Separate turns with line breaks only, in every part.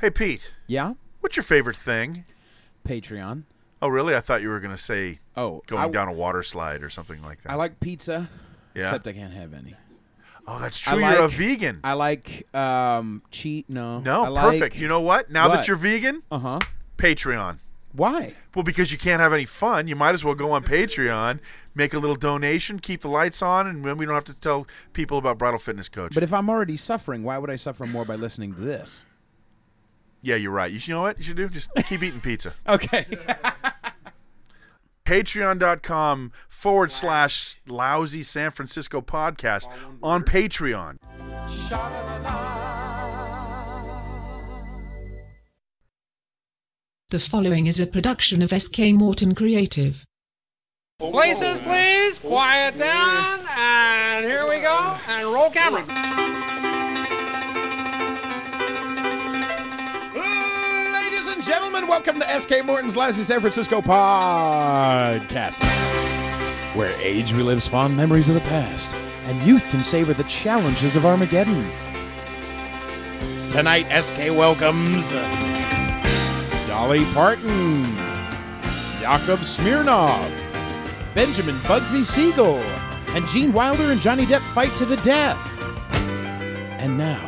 Hey, Pete,
Yeah,
what's your favorite thing?
Patreon.
Oh, really? I thought you were going to say
Oh,
going
I-
down a water slide or something like that.
I like pizza,
Yeah.
except I can't have any.
oh, that's
I
true. You're a
like-
vegan.
I like um cheat. No,
no,
I
perfect. you know what? Now that
What?
you're vegan,
Uh huh.
Patreon.
Why?
Well, because you can't have any fun, you might as well go on Patreon, make a little donation, keep the lights on, and then we don't have to tell people about Bridal Fitness Coach.
But if I'm already suffering, why would I suffer more by listening to this?
yeah, you're right. You should- you know what you should do? Just keep eating pizza.
Okay.
Patreon.com forward slash lousy San Francisco podcast on Patreon.
The following is a production of SK Morton Creative.
Places, please. Quiet down. And here we go. And roll camera.
Ladies and gentlemen, welcome to SK Morton's Lousy San Francisco podcast, where age relives fond memories of the past and youth can savor the challenges of Armageddon. Tonight, SK welcomes Dolly Parton, Yakov Smirnov, Benjamin Bugsy Siegel, and Gene Wilder and Johnny Depp fight to the death. And now,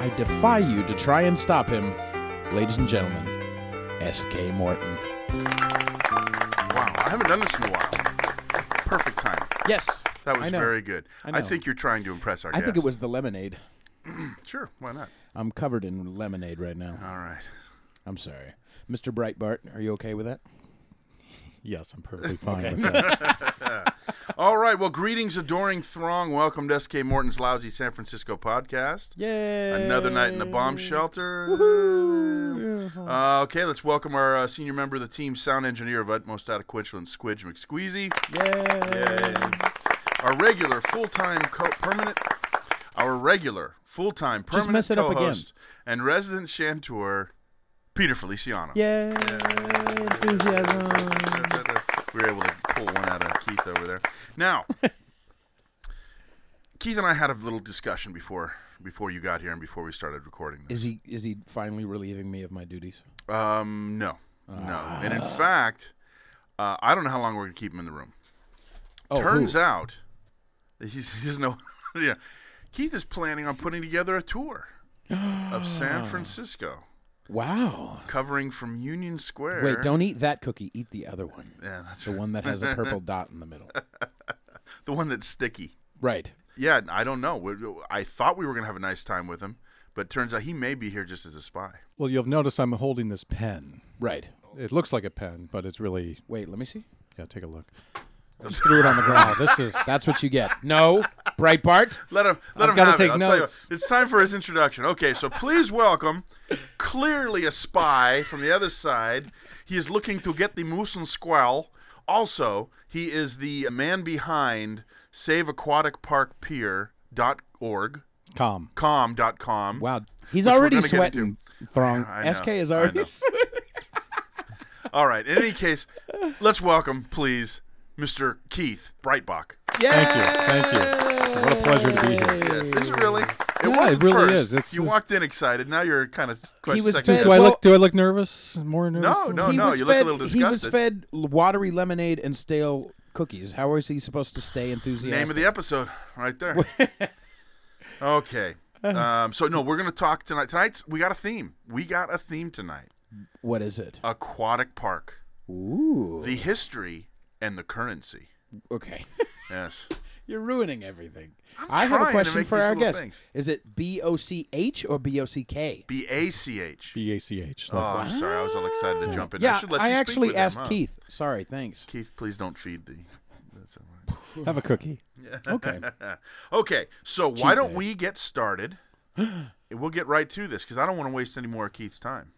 I defy you to try and stop him. Ladies and gentlemen, S.K. Morton.
Wow, I haven't done this in a while. Perfect time.
Yes.
That was
I know.
very good.
I know.
I, think you're trying to impress our
I
guests.
think it was the lemonade.
Sure, why not?
I'm covered in lemonade right now.
All right.
I'm sorry. Mr. Breitbart, are you okay with that?
Yes, I'm perfectly fine with that.
All right. Well, greetings, adoring throng. Welcome to SK Morton's Lousy San Francisco podcast.
Yay.
Another night in the bomb shelter. Uh, okay, let's welcome our uh, senior member of the team, sound engineer of utmost adequation, Squidge McSqueezy.
Yay.
Our regular full-time co- permanent, our regular full-time permanent
mess it up again.
co-host and resident chanteur, Peter Feliciano.
Yay. Enthusiasm.
we were able to pull one out of Keith over there. Now, Keith and I had a little discussion before before you got here and before we started recording this.
Is he is he finally relieving me of my duties?
Um, no, no, and
Ah.
in fact, uh, I don't know how long we're gonna keep him in the room.
Oh,
Turns out, he's, he doesn't know. yeah, Keith is planning on putting together a tour of San Francisco,
Wow.
covering from Union Square.
Wait, don't eat that cookie. Eat the other one.
Yeah, that's
The one that has a purple dot in the middle.
the one that's sticky.
Right.
Yeah, I don't know. We- I thought we were going to have a nice time with him, but turns out he may be here just as a spy.
Well, you'll notice I'm holding this pen.
Right.
It looks like a pen, but it's really
Wait, let me see.
yeah. Take a look. Just threw it on the ground. This is
That's what you get. No, Breitbart.
Let him let
I've
him
gotta
have
take
it. I'll tell you
notes.
what, it's time for his introduction. Okay, so please welcome, clearly a spy from the other side. He is looking to get the moose and squall. Also, he is the man behind SaveAquaticParkPier.org,
calm.
com.com.
Wow, he's
Which we're
already
gonna get
sweating. Throng
Yeah, I know,
SK is
I know.
already sweating.
All right, in any case, let's welcome, please, Mr. Keith Breitbach.
Thank you. Thank you. What a pleasure to be here.
Yes, is it really? It
Yeah,
was
it
at
really
first.
is. It's-
you
it's-
walked in excited. Now you're kind of
He was
second
fed-
Do
guessing.
I
Well-
look? Do I look nervous? More nervous?
No,
than-
no, no. you look a little
He was
disgusted.
fed watery lemonade and stale cookies. How is he supposed to stay enthusiastic?
Name of the episode, right there. okay. Um, so no, we're gonna talk tonight. Tonight's we got a theme. We got a theme tonight.
what is
Uh,
it?
Aquatic park,
Ooh.
the history and the currency.
Okay,
Yes.
you're ruining everything. i have
trying
a
to
question
make
for
these
our
little
guest.
things.
Is it B O C H or B O C K?
B A C H.
B A C H.
Oh, I'm sorry. I was all excited to jump in. I
Yeah,
should let
I,
you speak
actually
with him,
asked
huh?
Keith. Sorry, thanks.
Keith, please don't feed the. That's all right.
Have a cookie.
Okay,
Okay, so why don't
day.
we get started? And we'll get right to this because I don't want to waste any more of Keith's time.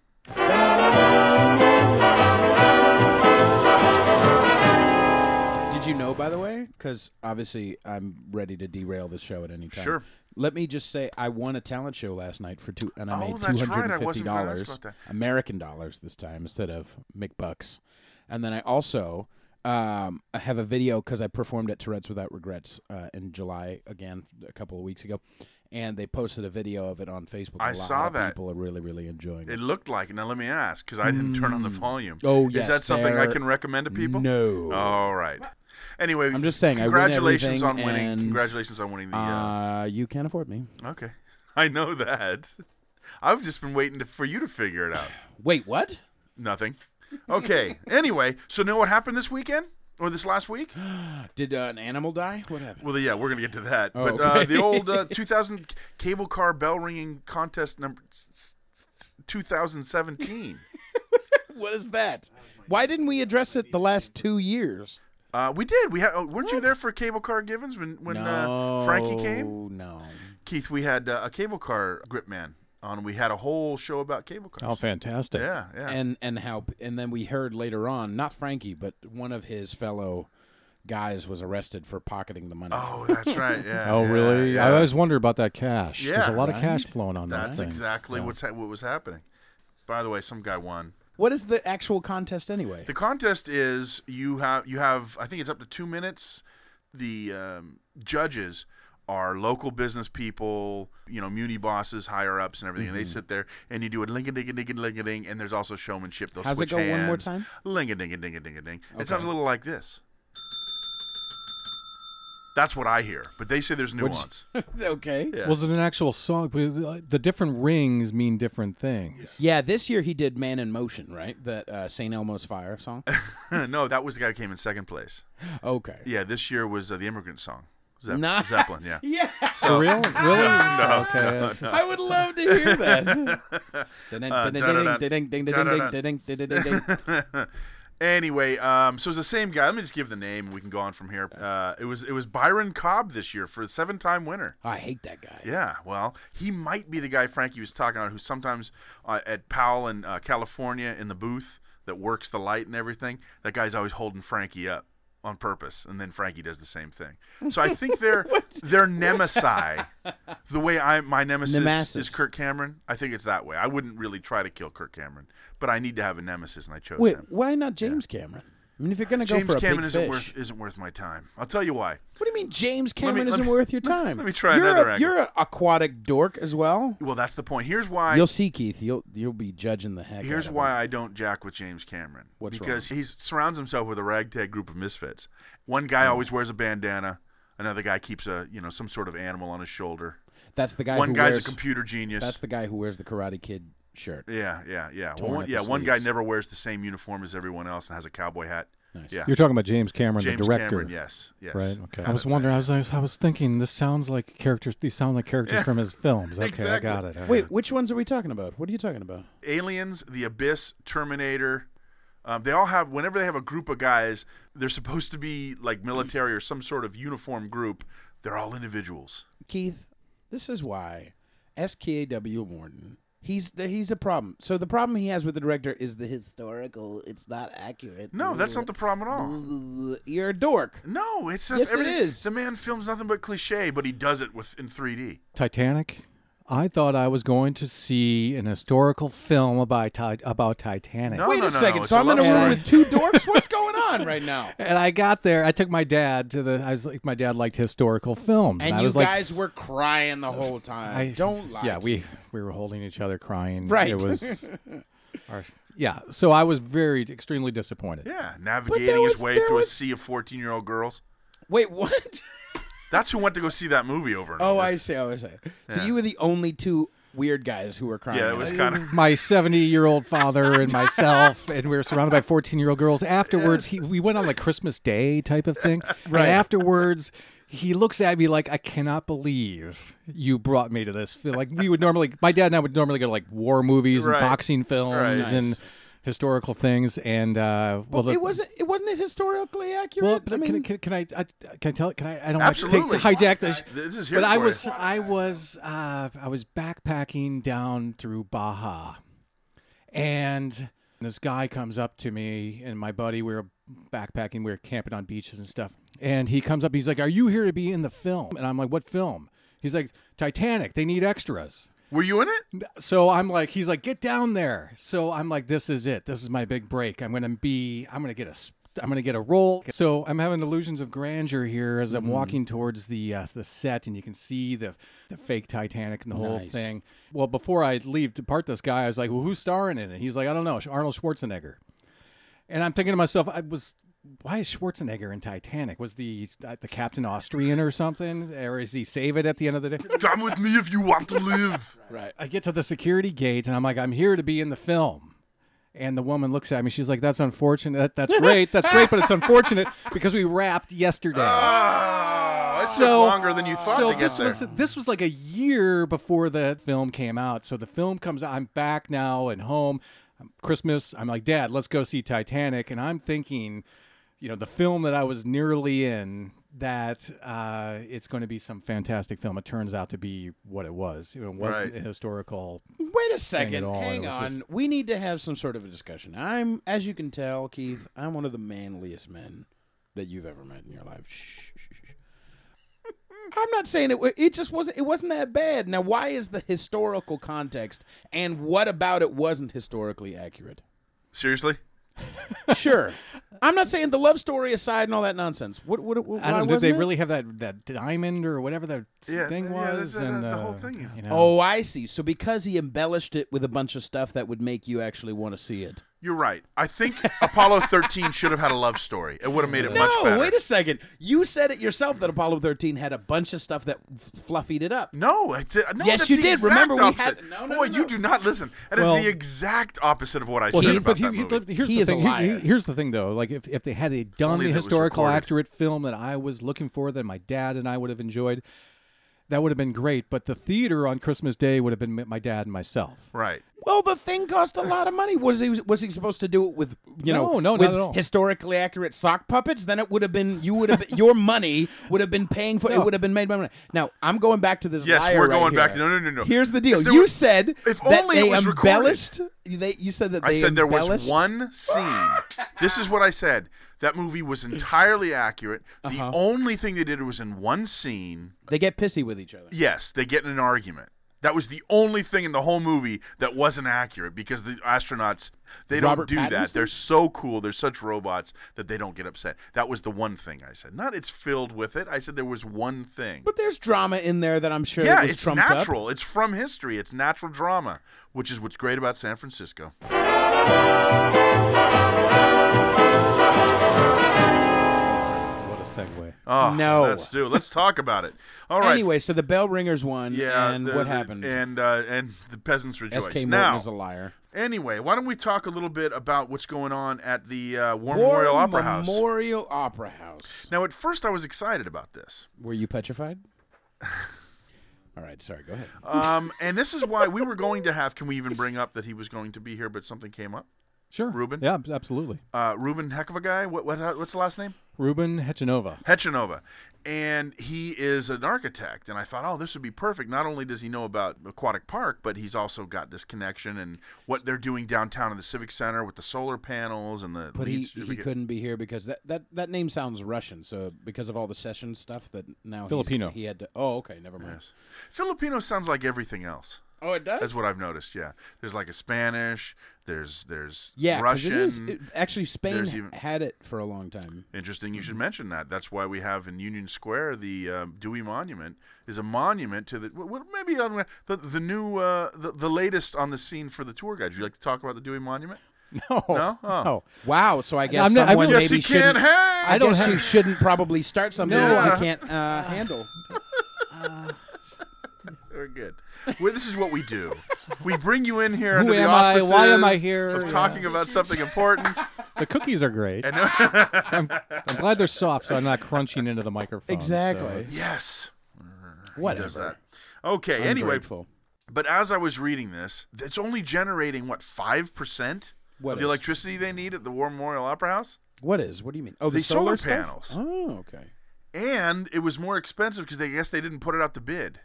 did you know by the way? Because obviously, I'm ready to derail the show at any time.
Sure.
Let me just say, I won a talent show last night for two, and I
Oh,
made two
that's right.
hundred
I
and fifty
wasn't gonna ask
dollars
about that.
American dollars this time instead of McBucks. And then I also um, I have a video because I performed at Tourette's Without Regrets uh, in July again a couple of weeks ago, and they posted a video of it on Facebook.
I
a lot
saw
of
that.
People are really, really enjoying it.
It looked like. Now let me ask, because I didn't turn on the volume.
Oh,
Is
yes,
that something I
there-
can recommend to people? Oh,
No.
All right. Anyway,
I'm just saying, I win
Congratulations
everything
on winning.
and,
congratulations on winning the. Uh,
Uh, you can't afford me.
okay, I know that. I've just been waiting to, for you to figure it out.
Wait, what?
Nothing. Okay. anyway, so know what happened this weekend or this last week?
Did uh, an animal die? What happened?
Well, yeah, we're gonna get to that.
Oh,
but uh,
okay.
the old uh, 2000 c- cable car bell ringing contest number s- s- s- 2017.
What is that? Why didn't we address it the last two years?
Uh, we did. We had. Oh, weren't you there for cable car givens when when uh, Frankie came?
No.
Keith, we had uh, a cable car grip man on. We had a whole show about cable
Oh,
cars.
fantastic.
yeah, yeah.
And and how and then we heard later on, not Frankie, but one of his fellow guys was arrested for pocketing the money.
oh, that's right. Yeah.
Oh,
yeah,
really?
yeah.
I always wonder about that cash. There's a
Yeah,
lot
right?
of cash flowing on
That's
those things.
exactly
Yeah.
what's ha- what was happening. By the way, some guy won.
What is the actual contest anyway?
The contest is you have you have I think it's up to two minutes. The um, judges are local business people, you know, muni bosses, higher ups, and everything. And
Mm-hmm.
they sit there and you do a ling a ding a ding a ling a ding, and there's also showmanship. They'll
How's
switch
it go one more
hands.
time?
Ling a ding a ding a ding a ding.
Okay.
It sounds a little like this. That's what I hear, but they say there's nuance.
okay.
Yeah.
Was it an actual song? The different rings mean different things.
Yeah, this year he did Man in Motion, right? That uh, St. Elmo's Fire song.
no, that was the guy who came in second place.
Okay.
Yeah, this year was uh, the immigrant song. Zepp-
Nice.
Zeppelin, yeah.
Yeah.
For real? Really?
No,
okay. that's-
I would love to hear
Uh,
that.
Anyway, um, so it's the same guy. Let me just give the name, and we can go on from here. Uh, it was it was Byron Cobb this year for a seven-time winner.
I hate that guy.
Yeah, well, he might be the guy Frankie was talking about, who sometimes uh, at Powell in uh, California in the booth that works the light and everything. That guy's always holding Frankie up on purpose, and then Frankie does the same thing. So I think they're they're nemesi. the way I my nemesis is
Nemesis.
Kirk Cameron. I think it's that way. I wouldn't really try to kill Kirk Cameron, but I need to have a nemesis, and I chose
Wait,
him.
why not James Cameron? I mean, if you're going to go
James
for a
Cameron
big
isn't
fish,
worth isn't worth my time. I'll tell you why.
what do you mean James Cameron
let
isn't
me-
worth your
let me-
time?
let me try
you're
another
a,
angle.
You're an aquatic dork as well.
Well, that's the point. Here's why.
You'll see, Keith. You'll you'll be judging the heck.
Here's
out of
why I don't jack with James Cameron.
What's
because he surrounds himself with a ragtag group of misfits. One guy
Oh.
always wears a bandana. Another guy keeps a you know some sort of animal on his shoulder.
it. That's the guy.
One
who
guy's a
wears,
computer genius.
That's the guy who wears the Karate Kid shirt.
yeah, yeah, yeah. Well,
Torn
one,
at the
yeah, one guy
sleeves.
never wears the same uniform as everyone else and has a cowboy hat.
Nice.
Yeah,
You're talking about James Cameron,
James
the director.
Cameron. Yes, yes.
Right. Okay.
Kinda
I was
thing.
wondering. I was, I was. I was thinking. This sounds like characters. These sound like characters from his films. Okay, I got it.
Wait, which ones are we talking about? What are you talking about?
Aliens, The Abyss, Terminator. Um, they all have whenever they have a group of guys, they're supposed to be like military or some sort of uniform group. They're all individuals.
Keith, this is why SKAW Morton. He's the, he's a problem. So the problem he has with the director is the historical. It's not accurate.
No, that's not the problem at all.
the. You're a dork.
No, it's
Yes, it
everything-
is.
The man films nothing but cliche, but he does it with in 3D.
Titanic. I thought I was going to see an historical film about ti- about Titanic.
No,
Wait
no,
a
no,
second.
no, it's
so
a
I'm in a
love
room
story.
with two dorks. What's going on right now?
And I got there. I took my dad to the. I was like, my dad liked historical films,
And
I
you
was like,
guys were crying the whole time.
I
Don't lie.
Yeah, we we were holding each other, crying.
Right.
It was. our, yeah. So I was very extremely disappointed.
Yeah, navigating
was-
his way
there
through
was-
a sea of 14 year old girls.
Wait, what?
That's who went to go see that movie over and
Oh,
over.
I see. I see. So you were the only two weird guys who were crying.
Yeah, it was kind of.
my 70 year old father and myself, and we were surrounded by 14 year old girls. Afterwards, he, we went on like Christmas Day type of thing. Right. afterwards, he looks at me like, I cannot believe you brought me to this. Like, we would normally, my dad and I would normally go to like war movies and
Right.
boxing films
Right.
and historical things. And, uh, well, the-
It wasn't. It wasn't it historically accurate.
well, but
I mean,
can, can, can I, I can I tell can I I don't want to take
Absolutely.
hijack this.
This is here
but I
for
was
you.
I was uh, I was backpacking down through Baja, and this guy comes up to me and my buddy. We were backpacking. We were camping on beaches and stuff. And he comes up. He's like, "Are you here to be in the film?" And I'm like, "What film?" He's like, "Titanic. They need extras."
Were you in it?
So I'm like, he's like, get down there. So I'm like, this is it. This is my big break. I'm gonna be. I'm gonna get a s- I'm gonna get a roll. So I'm having illusions of grandeur here as I'm walking towards the uh, the set, and you can see the the fake Titanic and the whole
Nice.
thing. Well, before I leave to part this guy, I was like, "Well, who's starring in it?" He's like, "I don't know, Arnold Schwarzenegger." And I'm thinking to myself, I was. Why is Schwarzenegger in Titanic? Was the uh, the captain Austrian or something, or is he save it at the end of the day?
Come with me if you want to live.
Right.
I get to the security gate and I'm like, I'm here to be in the film. And the woman looks at me. She's like, That's unfortunate. That- that's great. That's great, but it's unfortunate because we wrapped yesterday.
Ah, it took
so
longer than you thought
So
to get
this
there.
was this was like a year before the film came out. So the film comes out. I'm back now and home. Um, Christmas. I'm like, Dad, let's go see Titanic. And I'm thinking, you know, the film that I was nearly in. That uh, it's going to be some fantastic film. It turns out to be what it was. It wasn't
Right.
a historical
Wait a second.
all,
Hang
it was
on.
just-
We need to have some sort of a discussion. I'm, as you can tell, Keith, I'm one of the manliest men that you've ever met in your life. Shh, shh, shh, shh. I'm not saying it. wa- It just wasn't. It wasn't that bad. Now, why is the historical context, and what about it wasn't historically accurate?
Seriously?
Sure, I'm not saying the love story aside and all that nonsense. What? What? what
I
why
don't know. Did
wasn't
they
it?
really have that, that diamond or whatever that s-
Yeah,
thing
yeah, that's-
was?
that-
and,
the
uh,
whole thing is-
You know,
Oh, I see. So because he embellished it with a bunch of stuff that would make you actually want to see it.
You're right. I think Apollo 13 should have had a love story. It would have made it much
No,
better.
wait a second. You said it yourself that Apollo 13 had a bunch of stuff that f- fluffied it up.
no, it's, uh, no,
Yes,
that's
you
the
did.
exact
Remember we
opposite.
had- no, no,
Boy,
no,
you
no.
do not listen. That is
Well-
the exact opposite of what I
Well,
said
he-
about
but he-
that
he-
movie.
here's
He
the
is a
thing. here- here-
liar.
here's the thing, though. Like, if, if they had a done
only
the
that was
historical
recorded.
accurate film that I was looking for, that my dad and I would have enjoyed, that would have been great. But the theater on Christmas Day would have been m- my dad and myself.
Right.
Well, the thing cost a lot of money. Was he was he supposed to do it with you
No,
know
no, not
with
at all.
historically accurate sock puppets? Then it would have been you would have your money would have been paying for
No.
it would have been made by money. Now I'm going back to this.
Yes,
liar
we're
right
going back
here.
to- no, no, no, no.
Here's the deal.
If there
You
was-
said
if
that
only it
they
was recorded.
embellished. They, you said that
I
they
said there was
embellished-
one scene. this is what I said. That movie was entirely accurate. The
Uh-huh.
only thing they did was in one scene.
They get pissy with each other.
Yes, they get in an argument. That was the only thing in the whole movie that wasn't accurate because the astronauts they
Robert
don't do that.
Pattinson?
They're so cool. They're such robots that they don't get upset. That was the one thing I said. Not it's filled with it. I said there was one thing.
But there's drama in there that I'm sure
yeah,
was
it's
trumped up.
natural. It's from history. It's natural drama, which is what's great about San Francisco.
What a segue.
Oh,
No.
let's do. Let's talk about it. All right.
Anyway, so the bell ringers won.
yeah,
and
the-
what
the-
happened?
And uh, and the peasants rejoiced.
S.K. Morton
now,
is a liar.
anyway, why don't we talk a little bit about what's going on at the uh, War
War
Memorial Opera House?
Memorial Opera House.
Now, at first, I was excited about this,
Were you petrified? All right, sorry. Go ahead.
um, and this is why we were going to have. Can we even bring up that he was going to be here, but something came up?
Sure.
Ruben?
Yeah, ab- absolutely.
Uh, Ruben, heck of a guy. What, what what's the last name?
Ruben Hechenova.
Hechenova. And he is an architect. And I thought, oh, this would be perfect. Not only does he know about Aquatic Park, but he's also got this connection and what they're doing downtown in the Civic Center with the solar panels and the.
But he,
beach-
he couldn't be here because that, that, that name sounds Russian. So because of all the session stuff that now he's-
Filipino.
he had to. Oh, okay, never mind.
Filipino sounds like everything else.
Oh, it does.
That's what I've noticed. Yeah, there's like a Spanish. There's there's
Yeah, 'cause
Russian.
It is, it- actually, Spain
There's even-
had it for a long time.
Interesting. You should mention that. That's why we have in Union Square the uh, Dewey Monument is a monument to the w- w- maybe on the the new uh, the, the latest on the scene for the tour guide. Would you like to talk about the Dewey Monument?
No.
No? Oh.
No.
Wow. So I guess
I'm not- I
someone
really-
yes,
maybe
he can't
shouldn't.
hang.
I,
don't
guess
have-
you shouldn't probably start something
Yeah.
that you can't uh, handle.
We're good. Well, this is what we do. We bring you in here
Who
under the
am I?
auspices
Why am I here?
of
Yeah.
talking about something important.
The cookies are great. I'm, I'm glad they're soft, so I'm not crunching into the microphone. so
Exactly.
it's-
yes.
Whatever.
Does that. Okay.
I'm
anyway,
grateful.
But as I was reading this, it's only generating what five percent
What
of
is?
the electricity they need at the War Memorial Opera House,
What is? What do you mean? Oh, the,
The solar
stuff?
panels.
Oh, okay.
and it was more expensive because they I guess they didn't put it out to bid.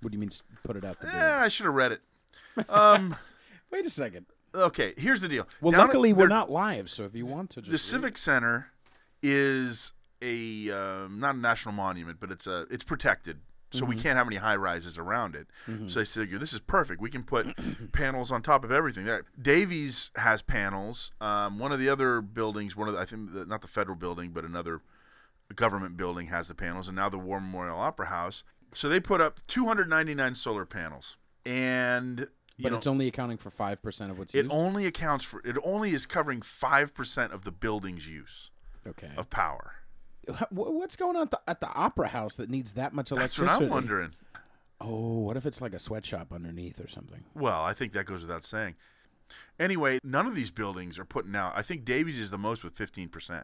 What do you mean? s- Put it out the
Yeah,
door?
I should have read it. Um,
Wait a second.
okay, here's the deal.
Well,
Down at
luckily we're
their-
not live, so if you want to, just
The Civic Center is a um, not a national monument, but it's a it's protected. so we
Mm-hmm.
can't have any high rises around it. So they figure this is perfect. We can put panels on top of everything. There, Davies has panels. Um, one of the other buildings, one of the, I think the, not the federal building, but another government building has the panels, and now the War Memorial Opera House. So they put up 299 solar panels, and you
But
know,
it's only accounting for five percent of what's
it
used.
only accounts for it only is covering five percent of the building's use
okay.
of power.
That's
Wh- What's going on at the, at the opera house that needs that much
That's
electricity?
what I'm wondering.
Oh, what if it's like a sweatshop underneath or something?
Well, I think that goes without saying. Anyway, none of these buildings are putting out. I think Davies is the most with 15%.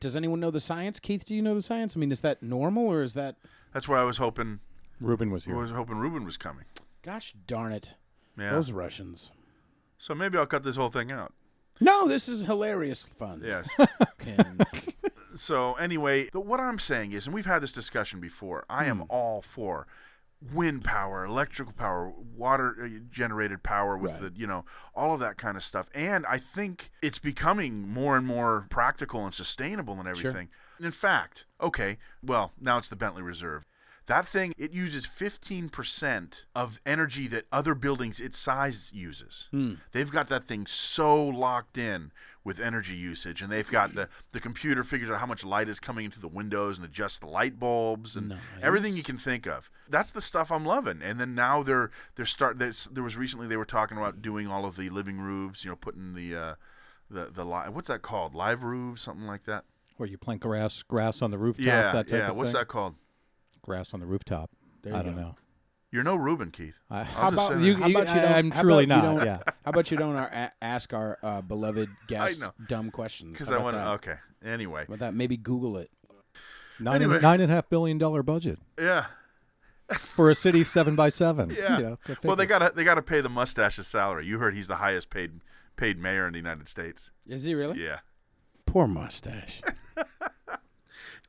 Does anyone know the science, Keith? Do you know the science? I mean, is that normal or is that?
That's where I was hoping
Ruben was
I
here.
was hoping Ruben was coming.
Gosh darn it,
Yeah.
those Russians.
so maybe I'll cut this whole thing out.
No, this is hilarious fun.
Yes.
And-
so anyway, the, what I'm saying is, and we've had this discussion before. I am all for wind power, electrical power, water uh, generated power with the you know all of that kind of stuff. And I think it's becoming more and more practical and sustainable and everything. And in fact, okay, well now it's the Bentley Reserve. That thing it uses 15% of energy that other buildings its size uses. They've got that thing so locked in with energy usage and they've got the the computer figures out how much light is coming into the windows and adjusts the light bulbs and everything you can think of. That's the stuff I'm loving. And then now they're they're start there's, there was recently they were talking about doing all of the living roofs, you know, putting the uh the the li- what's that called? Live roofs, something like that.
Where you plant grass, grass on the rooftop.
yeah,
that type
yeah.
Of
What's
thing.
that called?
Grass on the rooftop. I
you
don't
go.
know.
You're no Ruben, Keith.
I-
I'll
How
just
about
say that.
you?
How about you?
I-
Don't,
I'm
how
truly
about you
not,
don't-
yeah.
How about you don't ar- a- ask our uh, beloved guests
know.
dumb questions?
Because
How
I
about
want
that?
to. Okay. Anyway.
How about that? Maybe Google it.
Nine,
Anyway.
and, nine and a half billion dollar budget
Yeah.
for a city seven by seven.
Yeah.
You know, go
well, they
figure.
gotta they gotta pay the mustache a salary. You heard he's the highest paid paid mayor in the United States.
Is he really?
Yeah.
Poor mustache.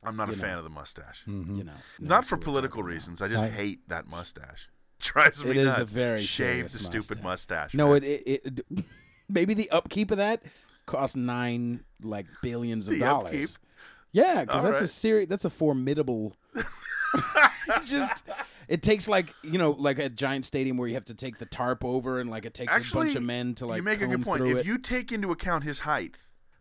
I'm not a fan of the mustache.
Hmm.
you know,
Mm-hmm. Not for political reasons. I just
I-
hate that mustache. Drives me
It is a
nuts.
very
shave the
serious
stupid mustache.
No,
man.
it, it, it d- maybe the upkeep of that costs nine like billions of
The
dollars.
upkeep?
Yeah, because
All
that's a
right.
serious. That's a formidable. It just it takes like you know like a giant stadium where you have to take the tarp over and like it takes
actually
a bunch of men to like
you make a
comb
good point.
through
If
it.
you take into account his height,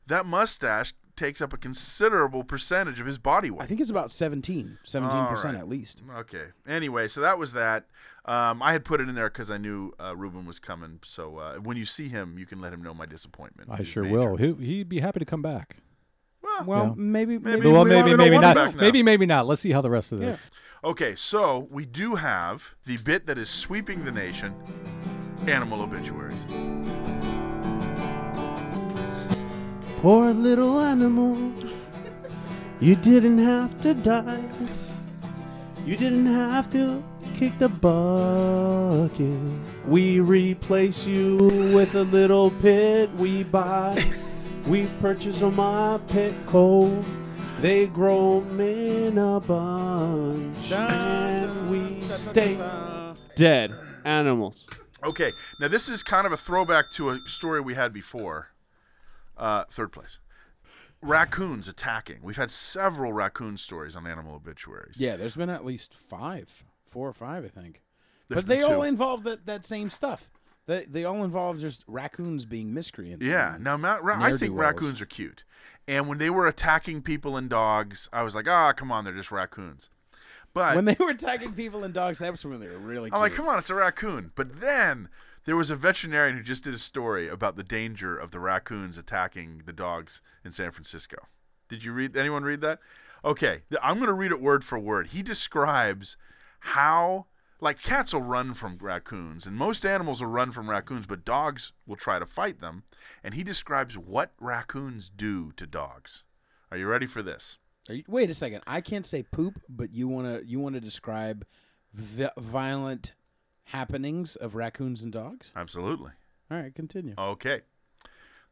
that mustache takes up a considerable percentage of his body weight.
I think it's about 17 17 percent
All right.
at least.
Okay. Anyway, so that was that. Um, I had put it in there because I knew uh, Ruben was coming. So uh, when you see him, you can let him know my disappointment.
I
He's
sure
major.
will. He, he'd be happy to come back.
Well,
Well,
Yeah.
maybe maybe,
Maybe
well,
we
maybe,
wanted a
maybe
one
not.
back now.
Maybe, maybe not. Let's see how the rest of this.
okay. So we do have the bit that is sweeping the nation: animal obituaries.
Poor little animal, you didn't have to die. You didn't have to kick the bucket. We replace you with a little pit we buy. We purchase a my pit coal. They grow 'em in a bunch. And we stay dead animals.
Okay. Now this is kind of a throwback to a story we had before. Uh, third place. Raccoons attacking. We've had several raccoon stories on animal obituaries.
Yeah, there's been at least five, four or five, I think.
There's
but
been
they all
two.
involve that, that same stuff. They, they all involve just raccoons being miscreants.
Yeah.
and
Now, Matt, ra- I think
ne'er-do-wells.
raccoons are cute. And when they were attacking people and dogs, I was like, ah, come on, they're just raccoons. But
When they were attacking people and dogs, that's when they were really.
I'm like,
cute.
come on, it's a raccoon. But then there was a veterinarian who just did a story about the danger of the raccoons attacking the dogs in San Francisco. Did you read? Anyone read that? Okay, th- I'm going to read it word for word. He describes how, like, cats will run from raccoons, and most animals will run from raccoons, but dogs will try to fight them. And he describes what raccoons do to dogs. Are you ready for this?
Are you- wait a second. I can't say poop, but you wanna you wanna describe vi- violent happenings of raccoons and dogs?
Absolutely.
All right, continue.
Okay.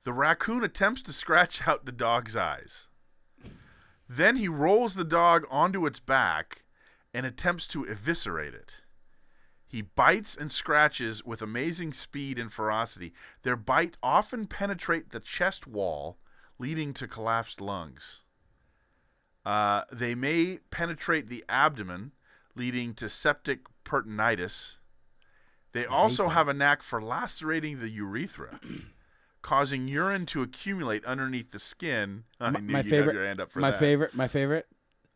The raccoon attempts to scratch out the dog's eyes. Then he rolls the dog onto its back and attempts to eviscerate it. He bites and scratches with amazing speed and ferocity. Their bite often penetrate the chest wall, leading to collapsed lungs. Uh, they may penetrate the abdomen, leading to septic peritonitis. They also have a knack for lacerating the urethra, causing urine to accumulate underneath the skin. I
My,
knew
my
you'd have
favorite.
your hand up for
my
that.
favorite. My favorite.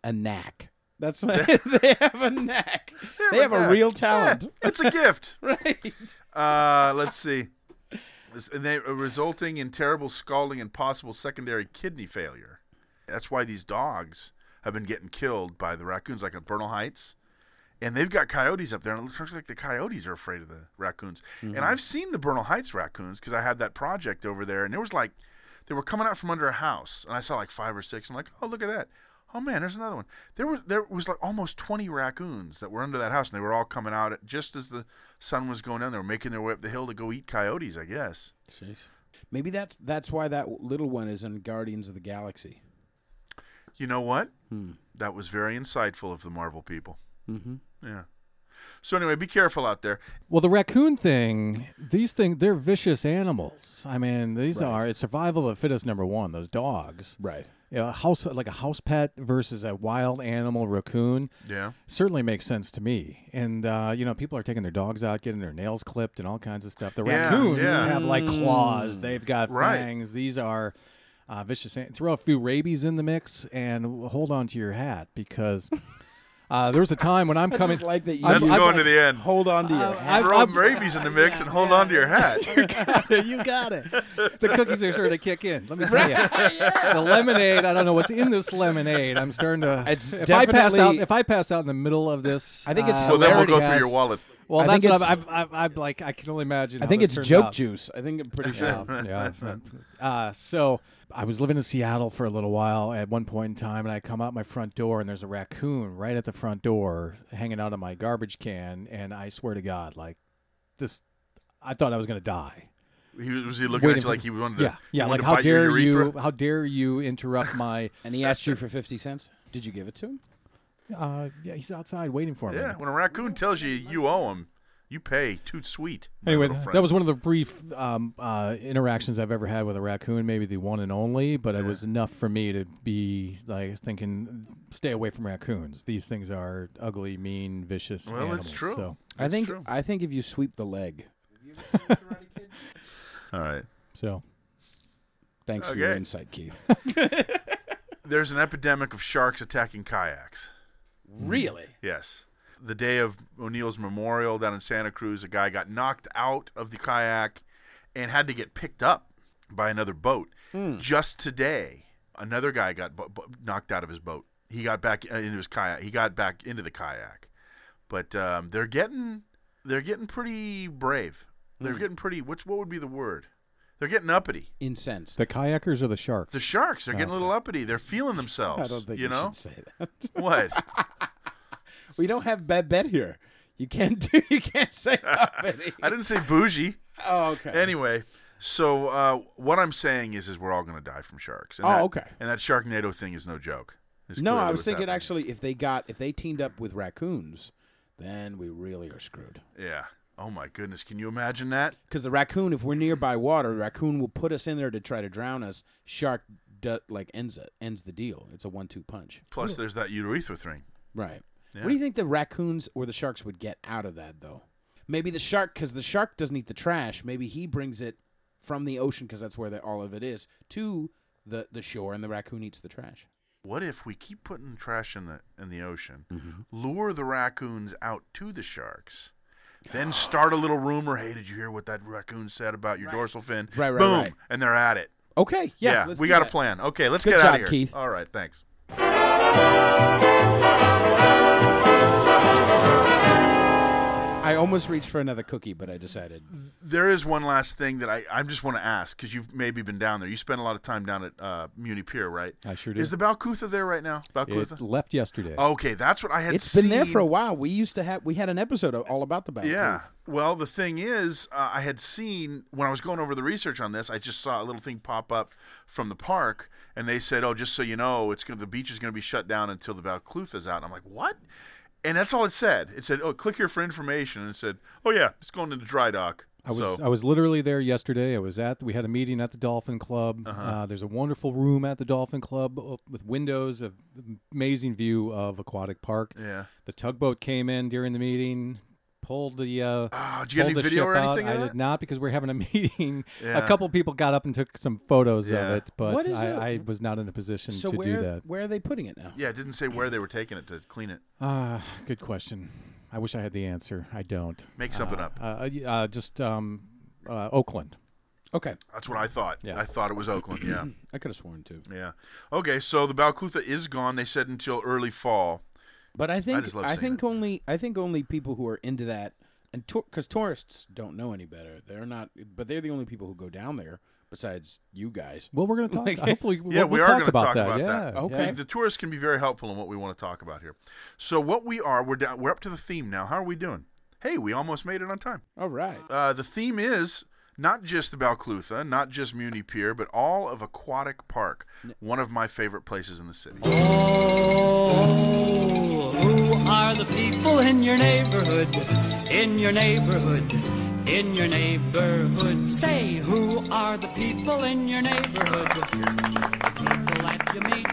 A knack. That's my. they have a knack. They
but
have a
that-
real
yeah,
talent.
it's a gift.
Right.
Uh, let's see. This- and They uh, resulting in terrible scalding and possible secondary kidney failure. That's why these dogs have been getting killed by the raccoons, like at Bernal Heights. And they've got coyotes up there, and it looks like the coyotes are afraid of the raccoons. And I've seen the Bernal Heights raccoons because I had that project over there, and there was like, they were coming out from under a house, and I saw like five or six. I'm like, oh look at that, oh man, there's another one. There were there was like almost 20 raccoons that were under that house, and they were all coming out at, just as the sun was going down. They were making their way up the hill to go eat coyotes, I guess.
Maybe that's that's why that little one is in Guardians of the Galaxy.
You know what?
Hmm.
That was very insightful of the Marvel people. Mm-hmm. Yeah. So anyway, be careful out there.
Well, the raccoon thing, these things, they're vicious animals. I mean, these are, it's survival of the fittest number one, those dogs.
Right.
You know, a house, like a house pet versus a wild animal raccoon
Yeah.
certainly makes sense to me. And, uh, you know, people are taking their dogs out, getting their nails clipped and all kinds of stuff. The
Yeah,
raccoons
yeah. Mm.
have like claws, they've got
Right.
fangs. These are uh, vicious. an- Throw a few rabies in the mix and hold on to your hat because. Uh, there was a time when I'm
I
coming.
just like that you.
I'm-
Let's
I'm
go
like-
into the end.
hold on to your.
I-
Throw
I'm-
rabies in the mix and hold on to your hat.
you got it. The cookies are sure to kick in. Let me tell you. The lemonade. I don't know what's in this lemonade. I'm starting to.
It's
if I pass out,
definitely-
if I pass out in the middle of this,
I think it's
uh,
well, then we'll go
podcast-
through your wallet.
Well,
I
that's
think
what I'm, I'm, I'm, I'm like. I can only imagine.
I
how
think
this
it's
turns
joke
out.
juice. I think I'm pretty sure.
yeah. Uh, so I was living in Seattle for a little while at one point in time, and I come out my front door, and there's a raccoon right at the front door hanging out of my garbage can, and I swear to God, like this, I thought I was gonna die.
He was, was he looking at
Waiting
you
for
like
the-
he wanted to?
Yeah, yeah.
wanted
Like
to
how
bite your
dare you?
urethra?
How dare you interrupt my?
And he asked you for fifty cents. Did you give it to him?
Uh, yeah, he's outside waiting for me.
Yeah, when a raccoon tells you you owe him, you pay. Too sweet. my
Anyway,
little friend.
that was one of the brief um, uh, interactions I've ever had with a raccoon, maybe the one and only, but it was enough for me to be like thinking, stay away from raccoons. These things are ugly, mean, vicious
Well,
animals.
it's true.
So,
I think.
true.
I think if you sweep the leg.
all right.
so
Thanks for your
Okay.
insight, Keith.
There's an epidemic of sharks attacking kayaks.
Mm-hmm. really?
Yes. The day of O'Neill's memorial down in Santa Cruz, a guy got knocked out of the kayak and had to get picked up by another boat.
Hmm.
Just today, another guy got bu- bu- knocked out of his boat. He got back uh, into his kayak. He got back into the kayak, but um, they're getting they're getting pretty brave. They're
Hmm.
getting pretty. What's what would be the word? They're getting uppity.
Incensed.
the kayakers or the sharks?
The sharks. They're getting a little uppity. They're feeling themselves.
Uh-huh. I don't think
you
you
know
should say that.
what?
We don't have bad bet here. You can't do. You can't say uppity.
I didn't say bougie.
Oh, okay.
Anyway, so uh, what I'm saying is, is we're all going to die from sharks. And
Oh,
that-
okay.
And that Sharknado thing is no joke. It's
no,
clearly
I was
what's
thinking
happening.
actually, if they got if they teamed up with raccoons, then we really are screwed.
Yeah. Oh my goodness, can you imagine that?
Because the raccoon, if we're nearby water, the raccoon will put us in there to try to drown us. Shark, du- like ends it, ends the deal. It's a one-two punch.
Plus, there's that urethra thing.
Right. What do you think the raccoons or the sharks would get out of that though? Maybe the shark, because the shark doesn't eat the trash. Maybe he brings it from the ocean, because that's where the, all of it is, to the the shore, and the raccoon eats the trash.
What if we keep putting trash in the in the ocean,
Mm-hmm.
lure the raccoons out to the sharks, then start a little rumor? Hey, did you hear what that raccoon said about your dorsal fin?
Right, right,
Boom,
right.
and they're at it.
Okay. Yeah. let's
we
do
got
that.
a plan. Okay, let's
Good
get out
job,
of here.
Keith.
All right, thanks.
I almost reached for another cookie, but I decided.
There is one last thing that I, I just want to ask because you've maybe been down there. You spend a lot of time down at uh, Muni Pier, right?
I sure do.
Is the Balcutha there right now?
it
Balcutha?
left yesterday.
okay, that's what I had
It's been there for a
seen.
while. We used to have we had an episode of- all about the back.
Yeah. Well, the thing is, uh, I had seen when I was going over the research on this, I just saw a little thing pop up from the park, and they said, "Oh, just so you know, it's gonna, the beach is going to be shut down until the Balclutha's out." And I'm like, "What?" And that's all it said. It said, "Oh, click here for information," and it said, "Oh yeah, it's going into dry dock."
I was
So-
I was literally there yesterday. I was at we had a meeting at the Dolphin Club.
Uh-huh.
uh there's a wonderful room at the Dolphin Club uh, with windows, of amazing view of aquatic park.
Yeah.
The tugboat came in during the meeting, pulled the uh,
Ah, did you get
pulled
any
the
video
ship
or anything
out.
of
I
that?
did not because we're having a meeting.
Yeah.
A couple people got up and took some photos
Yeah.
of it, but
What is
I,
it?
I was not in a position
So
to
where
do that.
where are they putting it now?
Yeah, it didn't say where they were taking it to clean it.
Ah, good question. I wish I had the answer. I don't.
Make something
Uh,
up.
Uh, y- uh, just um, uh, Oakland.
Okay,
That's what I thought.
Yeah.
I thought it was Oakland. Yeah.
I could have sworn to.
yeah. Okay, so the Balclutha is gone. They said until early fall.
But I think
just love
I,
seeing
think
it.
only I think only people who are into that and because tourists don't know any better. They're not, but they're the only people who go down there besides you guys.
Well, we're going to talk.
Like-
hopefully, we'll,
yeah,
we'll
we are
talk
going to
about
talk
that.
about
yeah.
that.
Okay.
The, the tourists can be very helpful in what we want to talk about here. So what we are, we're down, we're up to the theme now. How are we doing? Hey, we almost made it on time.
All right.
Uh, the theme is not just the Balclutha, not just Muni Pier, but all of Aquatic Park, one of my favorite places in the city.
Oh, who are the people in your neighborhood? In your neighborhood, in your neighborhood. Say, who are the people in your neighborhood? The people that you meet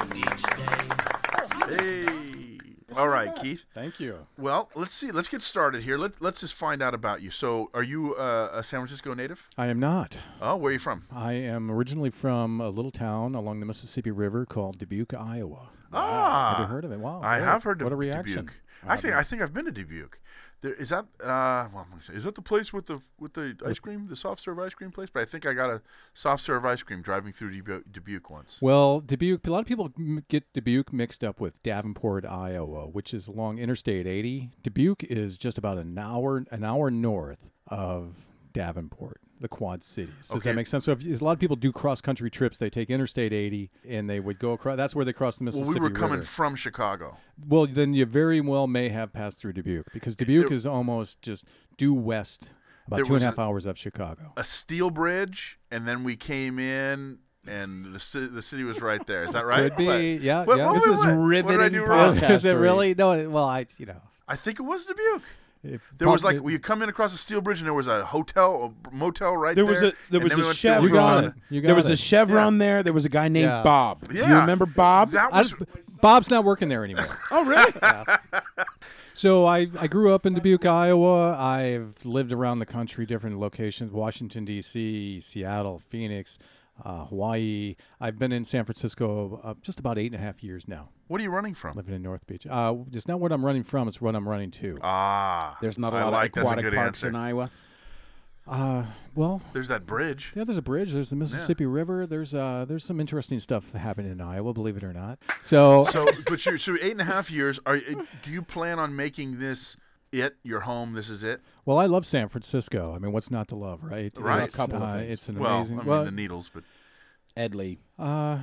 each day.
Hey. All right, Keith.
Thank you.
Well, let's see. Let's get started here. Let, let's just find out about you. So, are you uh, a San Francisco native?
I am not.
Oh, where are you from?
I am originally from a little town along the Mississippi River called Dubuque, Iowa.
Ah.
have you heard of it? Wow,
I
great.
have heard of
What a reaction!
Dubuque. Actually, I think I've been to Dubuque. There, is that uh, well, I'm gonna say, is that the place with the with the ice cream, the soft serve ice cream place? But I think I got a soft serve ice cream driving through Dubuque, Dubuque once.
Well, Dubuque. A lot of people m- get Dubuque mixed up with Davenport, Iowa, which is along Interstate 80. Dubuque is just about an hour an hour north of Davenport, the Quad Cities. Does
Okay.
that make sense? So, if, if a lot of people do cross country trips. They take Interstate 80 and they would go across. That's where they cross the
Well,
Mississippi
we were coming
River.
from Chicago.
Well, then you very well may have passed through Dubuque because Dubuque
there-
is almost just due west,
There
about two and
was
a
a-
half hours of Chicago.
A steel bridge, and then we came in, and the city, the city was right there. Is that right?
Could be.
What?
Yeah,
What-
yeah.
what-
This
what-
is
what- what did I
riveting
do wrong?
podcast.
Is it
Castro.
really? No. it- Well, I you know.
I think it was Dubuque.
If
There was
uh,
probably-
like we come in across a steel bridge, and there was a hotel, a motel right
There
there.
was a there
and
was
then we
a
went through
You got
chevron.
it. You got
there was
it.
a chevron there. There was a guy named
Yeah.
Bob.
Yeah.
You remember Bob?
That
I
was
just, Bob's not working there anymore.
oh, really?
So I, I grew up in Dubuque, Iowa. I've lived around the country, different locations: Washington D.C., Seattle, Phoenix, uh, Hawaii. I've been in San Francisco uh, just about eight and a half years now,
what are you running from?
living in North Beach. Uh, it's not what I'm running from; it's what I'm running to.
Ah,
There's not a
I
lot
like,
of
that's a
aquatic
good
parks
answer.
in Iowa.
Well,
There's that bridge.
yeah, there's a bridge. There's the Mississippi River. There's uh, there's some interesting stuff happening in Iowa, believe it or not. So
So, but you, so eight and a half years. Are you- do you plan on making this it your home? This is it.
Well, I love San Francisco. I mean, what's not to love, right?
Right.
It's,
A couple
of
uh,
things.
it's an
well,
amazing.
I mean
well,
the needles, but
Edley.
uh,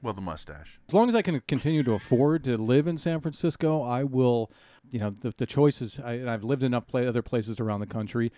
well, the mustache.
as long as I can continue to afford to live in San Francisco, I will. You know, the, the choices. I, and I've lived enough pla other places around the country.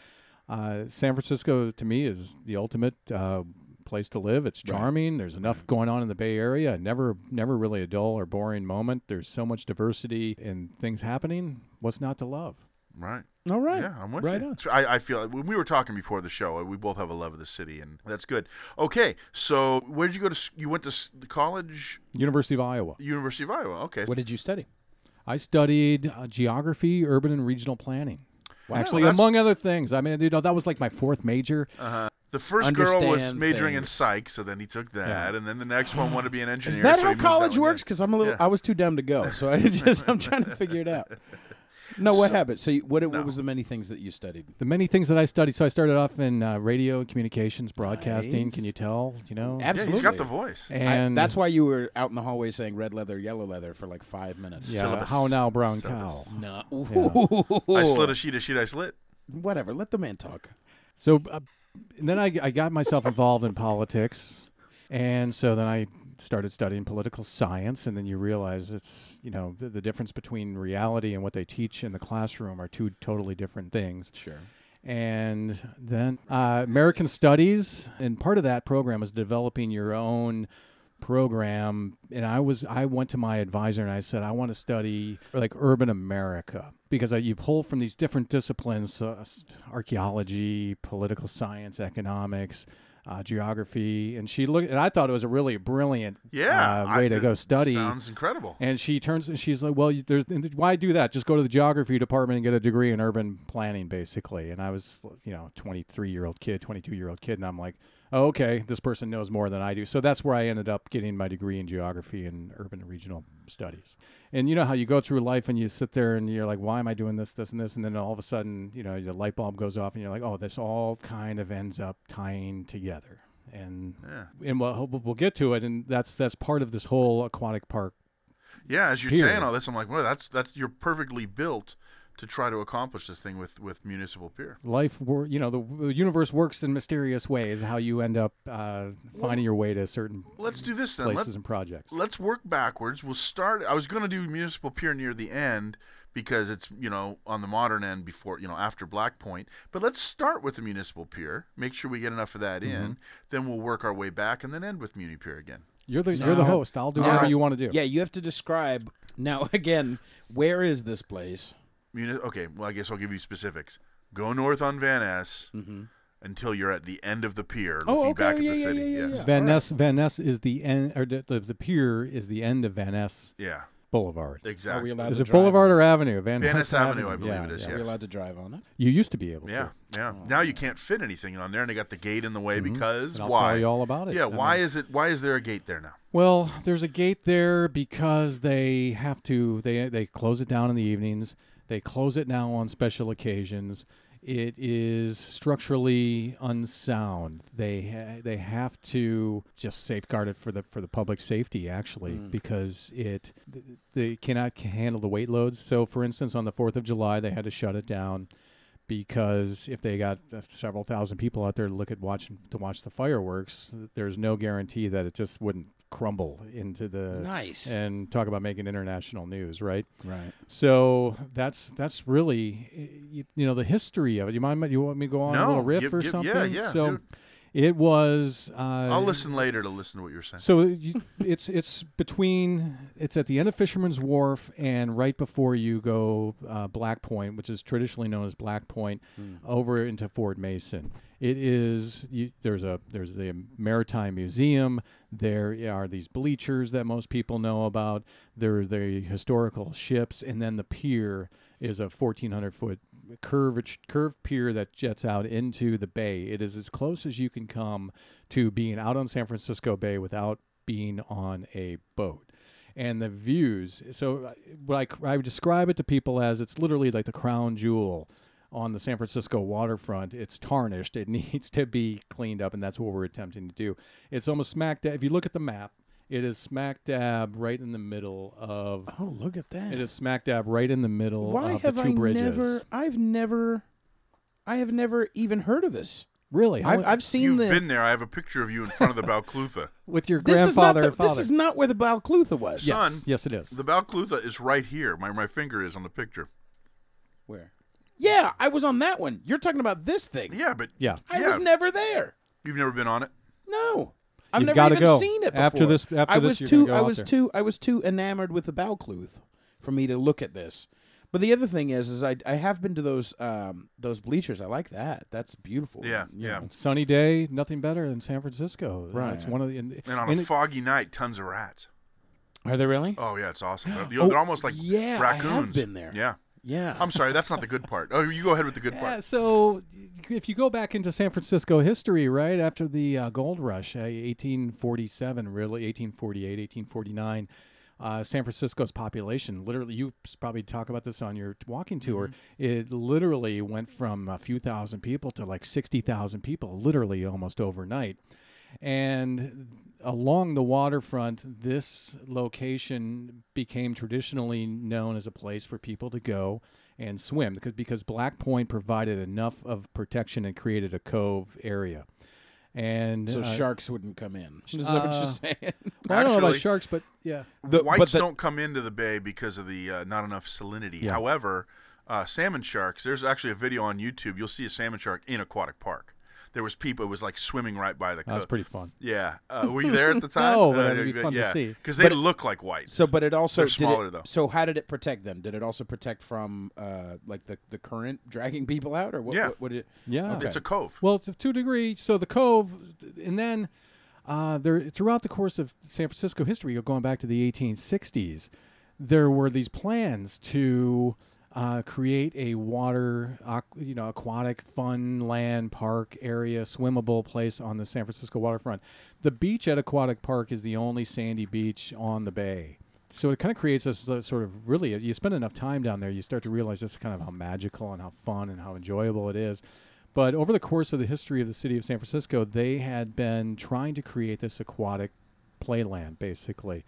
Uh, San Francisco to me is the ultimate uh, place to live. It's charming. There's enough going on in the Bay Area. Never, never really a dull or boring moment. There's so much diversity and things happening. What's not to love?
Right.
All right.
Yeah, I'm with
right
you.
on.
So I, I feel when we were talking before the show, we both have a love of the city, and that's good. Okay, so where did you go to? s- You went to s- the college,
University of Iowa.
University of Iowa. Okay,
What did you study?
I studied uh, geography, urban and regional planning. Actually,
That's-
among other things. I mean, you know, that was like my fourth major.
the first girl was
Understand
majoring in
things.
psych, so then he took that, and then the next one wanted to be an engineer.
Is that
so he
how
moved that
college
one.
works? Because I'm a little.
Yeah.
I was too dumb to go, so I just I'm trying to figure it out. No, what happened? So you, what?
No.
What was the many things that you studied?
The many things that I studied. So I started off in uh, radio, communications, broadcasting. Can you tell? You know,
Yeah,
Absolutely.
he's got the voice.
and
I, that's why you were out in the hallway saying red leather, yellow leather for like five minutes.
yeah,
syllabus.
how now, brown
Syllabus.
cow.
No.
I slid a sheet of sheet I slit.
Whatever. Let the man talk.
So uh, and then I, I got myself involved in politics, and so then I started studying political science, and then you realize it's you know the, the difference between reality and what they teach in the classroom are two totally different things. Sure. And then uh, American Studies, and part of that program is developing your own program. And I was I went to my advisor and I said I want to study like urban America. because uh, you pull from these different disciplines uh, s- archaeology, political science, economics, uh, geography. And she looked, and I thought it was a really brilliant
Yeah,
uh, way
I-
to
it
go study.
Sounds incredible.
And she turns and she's like, "Well, you- there's and why do that? Just go to the geography department and get a degree in urban planning, basically." And I was, you know, 23 year old kid, 22 year old kid, and I'm like, oh, "Okay, this person knows more than I do." So that's where I ended up getting my degree in geography and urban and regional studies. And you know how you go through life and you sit there and you're like, "Why am I doing this, this, and this?" And then all of a sudden, you know, your light bulb goes off and you're like, "Oh, this all kind of ends up tying together." And and we'll, we'll get to it, and that's that's part of this whole aquatic park
yeah, as you're
period.
saying all this, I'm like, well, that's that's you're perfectly built to try to accomplish this thing with with municipal pier.
life wor- you know the w- universe works in mysterious ways how you end up uh, finding your way to certain
Let's do this then.
places
Let's,
and projects
let's work backwards. We'll start. I was going to do municipal pier near the end because it's you know on the modern end before you know after Black Point. But let's start with the municipal pier. Make sure we get enough of that
Mm-hmm.
in. Then we'll work our way back and then end with muni pier again.
you're the you're the host i'll do whatever you want to do
Yeah, you have to describe now again. Where is this place?
Muni- okay, well, I guess I'll give you specifics. Go north on Van Ness until you're at the end of the pier, looking
Mm-hmm. Oh, okay,
back at
yeah,
the
yeah,
city.
yeah,
yes.
van ness van ness is the end or the, the, the pier is the end of van ness
Yeah,
boulevard
exactly.
Are we allowed
is
to
it
drive
boulevard
on
or avenue van,
Van
ness
Ness Avenue, I believe
yeah,
it is.
yeah.
Yeah,
Are we allowed to drive on it?
you used to be able
yeah.
to Oh, Mm-hmm.
yeah. Now you can't fit anything on there, and they got the gate in the way because
And I'll
why?
tell you all about it.
Yeah,
I
why
mean-
is it? Why is there a gate there now?
Well, there's a gate there because they have to. They they close it down in the evenings. They close it now on special occasions. It is structurally unsound. They ha- they have to just safeguard it for the for the public safety actually because it th- they cannot c- handle the weight loads. So, for instance, on the Fourth of July, they had to shut it down because if they got uh, several thousand people out there to look at watch to watch the fireworks, there's no guarantee that it just wouldn't crumble into the
Nice.
and talk about making international news, right?
Right.
So that's that's really you, you know the history of it. You mind? You want me to go on a
No,
little riff
give-
or
give-
something?
yeah, yeah,
so
dude.
it was. Uh, I'll
I'll listen later to listen to what you're saying.
so you, it's it's between it's at the end of Fisherman's Wharf and right before you go uh, Black Point, which is traditionally known as Black Point, over into Ford Mason. It is you, there's a there's the Maritime Museum. There are these bleachers that most people know about. There are the historical ships, and then the pier is a 1,400 foot curved curved pier that jets out into the bay. It is as close as you can come to being out on San Francisco Bay without being on a boat. And the views. So, uh, what I c- I, would describe it to people as it's literally like the crown jewel on the San Francisco waterfront. It's tarnished. It needs to be cleaned up, and that's what we're attempting to do. It's almost smack dab. If you look at the map, it is smack dab right in the middle of.
Oh, look at that.
It is smack dab right in the middle
Why
of
have
the two
I
bridges.
never? I've never. I have never even heard of this.
Really? How-
I've, I've seen
You've
the.
been there. I have a picture of you in front of the Balclutha.
with your
this is not
grandfather
the,
and father.
This is not where the Balclutha was.
Son,
yes, it is.
the Balclutha is right here. My my finger is on the picture.
Where? Yeah, I was on that one. You're talking about this thing.
Yeah, but
yeah.
I
Yeah.
was never there.
you've never been on it.
No. I've
You've
never
gotta
even
go.
seen it before.
After this- after
I was
this, you're
too
gonna go
I
out
was
there.
too I was too enamored with the Balcluth for me to look at this. But the other thing is is I I have been to those um those bleachers. I like that. That's beautiful.
Yeah,
You
yeah.
know.
Sunny day, nothing better than San Francisco. Right. It's one of the. And,
And on
and
a
it-
foggy night, tons of rats.
Are they really?
Oh yeah, it's awesome. They're, they're almost like
yeah, I have
raccoons.
been there.
Yeah.
Yeah.
I'm sorry, that's not the good part. Oh, you go ahead with the good
yeah,
part.
so if you go back into San Francisco history, right after the uh, gold rush, uh, 1847, really 1848, 1849. Uh, San Francisco's population literally, you s- probably talk about this on your t- walking tour.
Mm-hmm.
It literally went from a few thousand people to like 60,000 people, literally almost overnight. And along the waterfront, this location became traditionally known as a place for people to go and swim because, because Black Point provided enough of protection and created a cove area. And
so
uh,
sharks wouldn't come in. Is that
Uh,
what you're saying?
well, I don't know about
Actually-
sharks, but yeah,
The- but
Whites
the-
don't come into the bay because of the uh, not enough salinity. However, uh, salmon sharks. There's actually a video on YouTube. You'll see a salmon shark in aquatic park. there was people. It was like swimming right by the.
That was
cook.
pretty fun.
Yeah. Uh, were you there at the time? Uh,
No, but it'd be fun to see.
Because they
But-
look like whites.
So, but it also
They're
did
smaller,
it-
though.
So, how did it protect them? Did it also protect from uh, like the, the current dragging people out, or what?
Yeah.
what, what did it,
Yeah.
Okay.
it's a cove.
Well, to two degree. So the Cove, and then uh, there throughout the course of San Francisco history, going back to the 1860s, there were these plans to uh, create a water, aqu- you know, aquatic fun land park area, swimmable place on the San Francisco waterfront. The beach at Aquatic Park is the only sandy beach on the bay. So it kind of creates this uh, sort of really, you spend enough time down there, you start to realize just kind of how magical and how fun and how enjoyable it is. But over the course of the history of the city of San Francisco, they had been trying to create this aquatic playland, basically.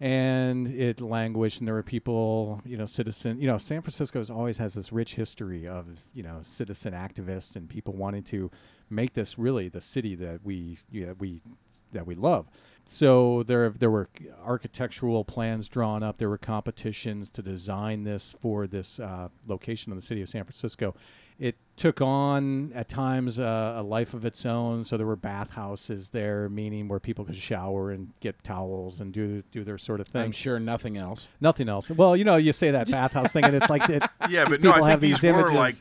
And it languished, and there were people, you know, citizen. You know, San Francisco's always has this rich history of, you know, citizen activists and people wanting to make this really the city that we you know, we that we love. So there there were architectural plans drawn up. There were competitions to design this for this uh, location in the city of San Francisco it took on at times uh, a life of its own. So there were bathhouses there, meaning where people could shower and get towels and do do their sort of
I'm
thing.
sure nothing else.
Nothing else. Well, you know, you say that bathhouse thing, and it's like it,
yeah, but
people
no, I
have
think these,
these
were
images.
like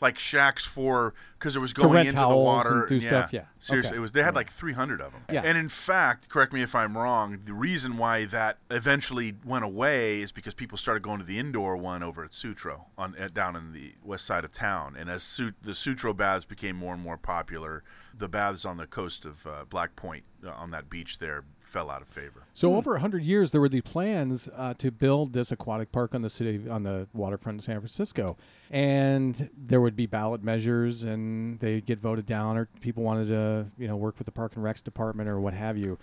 like shacks for because it was going
rent
into the
towels
water
and do stuff, yeah.
seriously,
Okay.
it was they had like 300 of them.
Yeah.
and in fact, correct me if I'm wrong. The reason why that eventually went away is because people started going to the indoor one over at Sutro on at, down in the west side of town. And as Su- the Sutro baths became more and more popular, the baths on the coast of uh, Black Point uh, on that beach there fell out of favor.
So over a hundred years, there were the plans uh, to build this aquatic park on the city on the waterfront of San Francisco, and there would be ballot measures, and they'd get voted down, or people wanted to you know work with the Park and Recs department or what have you.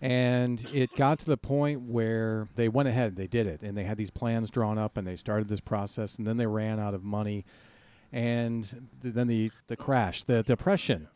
And it got to the point where they went ahead, they did it, and they had these plans drawn up, and they started this process, and then they ran out of money, and th- then the the crash, the depression,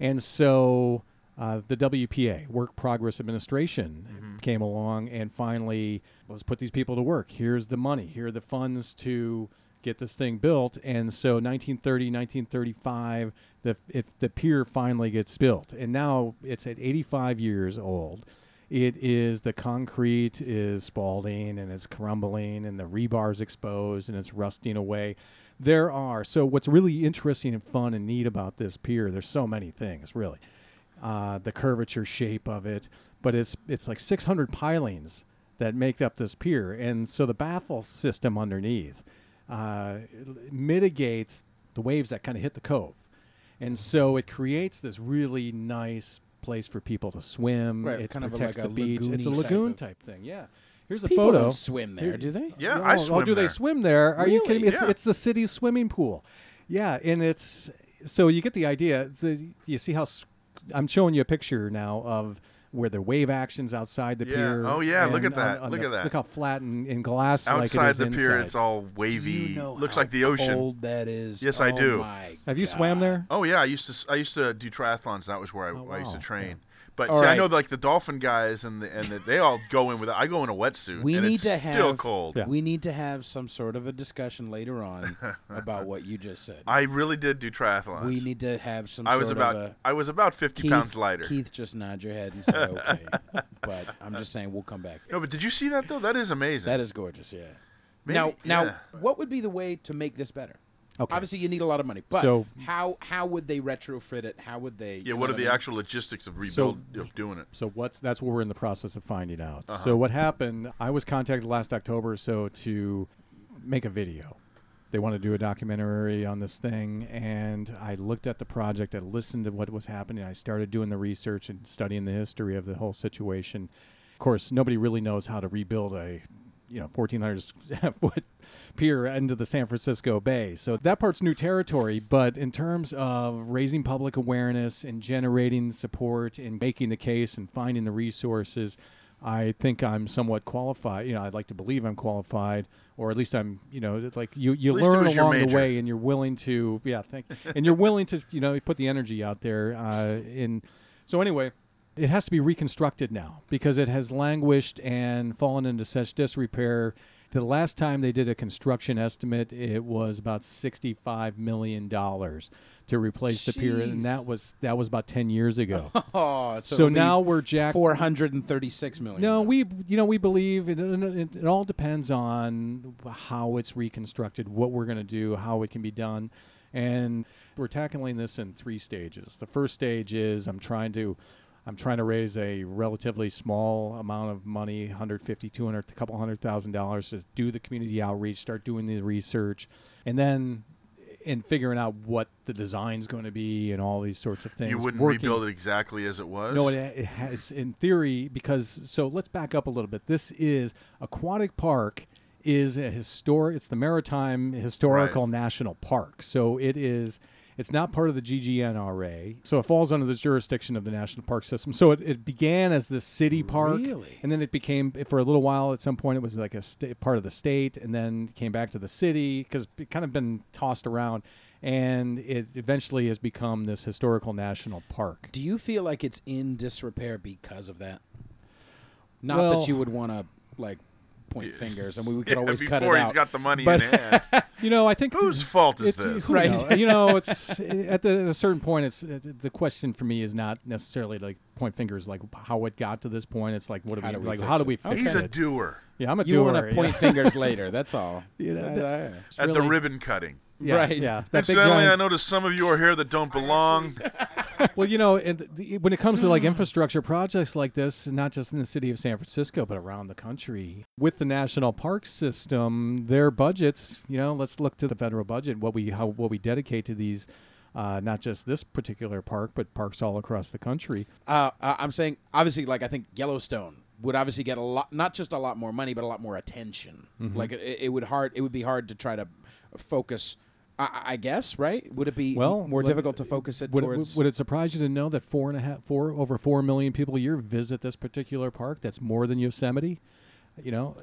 and so uh, the WPA, Work Progress Administration, came along and finally let's put these people to work. Here's the money. Here are the funds to get this thing built. And so 1930, 1935, the if the pier finally gets built, and now it's at 85 years old. It is the concrete is spalding and it's crumbling and the rebar's exposed and it's rusting away. There are so what's really interesting and fun and neat about this pier. There's so many things really, uh, the curvature shape of it, but it's it's like 600 pilings that make up this pier, and so the baffle system underneath uh, mitigates the waves that kind of hit the cove. And so it creates this really nice place for people to swim.
Right,
it
kind of a-
protects
like a
the beach. It's a
lagoony
lagoon
type
type, thing. Yeah. Here's a
People
photo.
don't swim there, do they?
Yeah,
no,
I
Oh,
swim
do they
there.
swim there? Are you kidding me? It's,
Yeah.
it's the city's swimming pool. Yeah, and it's so you get the idea. The, you see how s- I'm showing you a picture now of where the wave action's outside the
Yeah.
pier.
Oh, yeah, look
and
at that.
on- on
Look
the-
at that.
Look how flat and, and glass like it is
Outside the pier,
inside.
it's all
Do
wavy.
you know
Looks
how
like the ocean.
Cold that is.
Yes, I
Oh
do.
my
Have you
God.
swam there?
Oh yeah, I used to s- I used to do triathlons. That was where I, I used to
wow.
train. But
Oh, All
see, I
right.
know like the dolphin guys and the, and the, they all go in with. I go in a wetsuit.
We
and
need
it's
to have
still cold.
We need to have some sort of a discussion later on about what you just said.
I really did do triathlons.
we need to have some.
I was
sort
about
Of a,
I was about fifty
Keith,
pounds lighter.
Keith just nodded your head and said, "Okay," but I'm just saying we'll come back.
No, but did you see that though? That is amazing.
That is gorgeous. Yeah.
Maybe-
now, now,
yeah.
what would be the way to make this better?
Okay.
Obviously, you need a lot of money, but
So-
how how would they retrofit it? How would they?
yeah.
you
What are
know
the
I mean?
actual logistics of rebuild of doing it?
So what's that's what we're in the process of finding out.
Uh-huh.
So what happened? I was contacted last October or so to make a video. They want to do a documentary on this thing, and I looked at the project. I listened to what was happening. I started doing the research and studying the history of the whole situation. Of course, nobody really knows how to rebuild a you know 1400 s- foot pier into the San Francisco Bay. So that part's new territory, but in terms of raising public awareness and generating support and making the case and finding the resources, I think I'm somewhat qualified. You know, I'd like to believe I'm qualified or at least I'm, you know, like you you
At least it
learn
was your
along the
major.
way and you're willing to yeah, thank and you're willing to, you know, put the energy out there uh in so anyway, it has to be reconstructed now because it has languished and fallen into such disrepair The last time they did a construction estimate, it was about sixty-five million dollars to replace the pier, and that was that was about ten years ago.
Oh,
so now we're jacked.
four hundred and thirty-six million.
No, we you know we believe it, it, it all depends on how it's reconstructed, what we're going to do, how it can be done, and we're tackling this in three stages. The first stage is I'm trying to I'm trying to raise a relatively small amount of money, 150, 200, a couple hundred thousand dollars to do the community outreach, start doing the research, and then and figuring out what the design's going to be and all these sorts of things.
You wouldn't
working-
rebuild it exactly as it was.
no, it, it has in theory because so let's back up a little bit. This is aquatic park is a historic. It's the Maritime Historical National Park, so it is. It's not part of the GGNRA, so it falls under the jurisdiction of the National Park System. So it, it began as the city park,
Really?
and then it became for a little while. At some point, it was like a sta- part of the state, and then came back to the city because it kind of been tossed around, and it eventually has become this historical national park.
Do you feel like it's in disrepair because of that? Not
Well-
that you would want to like point fingers. I mean, we could
Yeah,
always cut it
before he's
out.
got the money
But-
in hand.
You know, I think
Whose fault is
it's,
this?
who
Right.
knows? you know, it's at, the, at a certain point. It's it, the question for me is not necessarily like point fingers, like how it got to this point. It's like what do
How
we,
do we
like?
fix
How do
it?
we fix
He's
it?
a doer
yeah, I'm a
you
doer.
want to
yeah.
point fingers later. That's all.
You know, that-
Yeah, yeah.
it's
at the
really-
ribbon cutting.
yeah,
right.
Yeah,
And
that big
suddenly,
giant-
I noticed some of you are here that don't belong.
Well, you know, and the, when it comes to like infrastructure projects like this, not just in the city of San Francisco, but around the country, with the national park system, their budgets, you know, let's look to the federal budget, what we how what we dedicate to these, uh, not just this particular park, but parks all across the country.
Uh, I- I'm saying obviously, like I think Yellowstone would obviously get a lot, not just a lot more money, but a lot more attention.
Mm-hmm.
Like it, it would hard, it would be hard to try to focus. I, I guess right? Would it be
Well,
more
let-
difficult to focus it
Would it,
towards?
would it surprise you to know that four and a half, four over four million people a year visit this particular park? That's more than Yosemite. You know,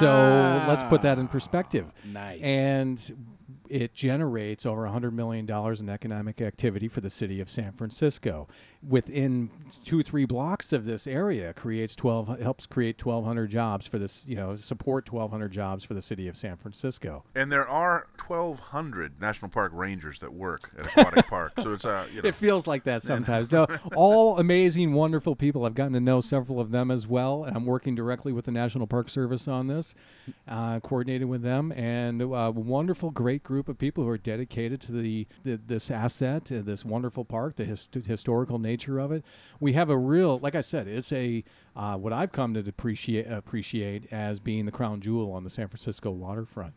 so let's put that in perspective.
Nice.
and it generates over hundred million dollars in economic activity for the city of San Francisco. Within two three blocks of this area, creates twelve helps create twelve hundred jobs for this. You know, support twelve hundred jobs for the city of San Francisco.
And there are 1,200 national park rangers that work at aquatic park. So it's a you know,
It feels like that sometimes. Though all amazing, wonderful people. I've gotten to know several of them as well, and I'm working directly with the National Park Service on this, uh, coordinated with them, and a wonderful, great group of people who are dedicated to the, the this asset, uh, this wonderful park, the his, historical nature of it. We have a real, like I said, it's a uh, what I've come to appreciate appreciate as being the crown jewel on the San Francisco waterfront.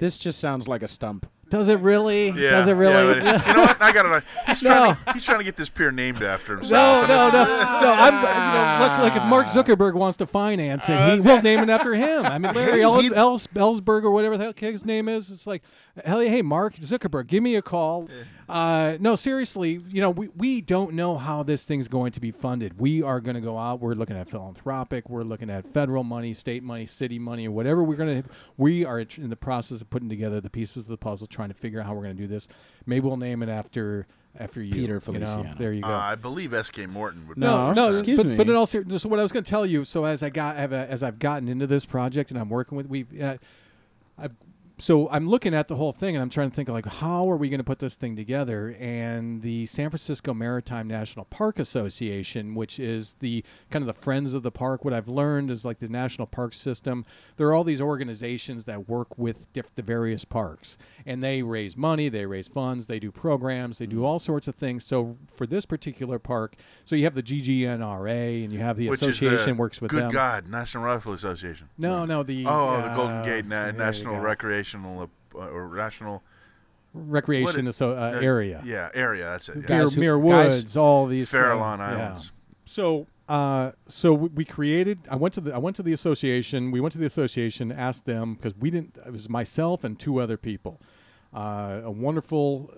this just sounds like a stump.
Does it really?
yeah,
Does it really?
yeah. you know what? I got it. He's trying,
No.
to, he's trying to get this pier named after
No,
himself. And
no, no, no. I'm, you know, look, like if Mark Zuckerberg wants to finance it, he will name it after him. I mean, Larry El- Els- Ellsberg or whatever the hell his name is. It's like, hell, yeah, hey, Mark Zuckerberg, give me a call. Uh, no, seriously, you know, we, we don't know how this thing's going to be funded. We are going to go out. We're looking at philanthropic. We're looking at federal money, state money, city money, whatever we're going to. We are in the process of putting together the pieces of the puzzle, trying to figure out how we're going to do this. Maybe we'll name it after. After you,
Peter
you know?
Feliciano.
there you go.
Uh, I believe S.K. Morton would.
No,
No,
be
no,
excuse
but,
me.
but in all seriousness, so what I was going to tell you. So as I got, have a, as I've gotten into this project and I'm working with, we, uh, I've, so I'm looking at the whole thing and I'm trying to think like, how are we going to put this thing together? And the San Francisco Maritime National Park Association, which is the kind of the friends of the park. What I've learned is like the national park system. There are all these organizations that work with diff- the various parks, and they raise money, they raise funds, they do programs, they
Mm-hmm.
do all sorts of things. So for this particular park, so you have the GGNRA and you have the
Which is the
association works with
Good
them.
God, National Rifle Association.
No, no, the
Oh, the
uh,
Golden Gate
there
Na-
you
National
go.
Recreational uh, or National
Recreation
what it-
asso- uh,
uh,
area.
Yeah, area. That's it. Yeah.
Mirror,
Guys who-
Mirror
guys-
Woods, all these
Farallon
uh,
Islands.
yeah. So, uh, so we we created. I went to the I went to the association. We went to the association, asked them because we didn't. It was myself and two other people. Uh, a wonderful,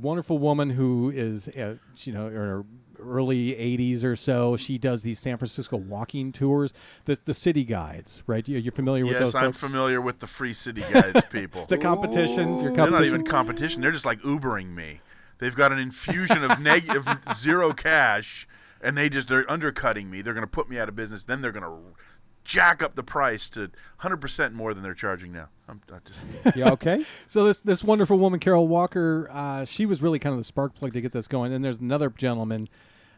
wonderful woman who is, uh, you know, in her early 80s or so. She does these San Francisco walking tours. The the city guides, right? You- You're familiar with
Yes,
those?
I'm
folks?
familiar with the Free City Guides people.
The competition. Your
They're
competition.
not even competition. They're just like Ubering me. They've got an infusion of negative zero cash, and they just they're undercutting me. They're going to put me out of business. Then they're going to jack up the price to 100% more than they're charging now. I'm, I'm just
Yeah, okay.
So this this wonderful woman, Carol Walker, uh, she was really kind of the spark plug to get this going. And there's another gentleman.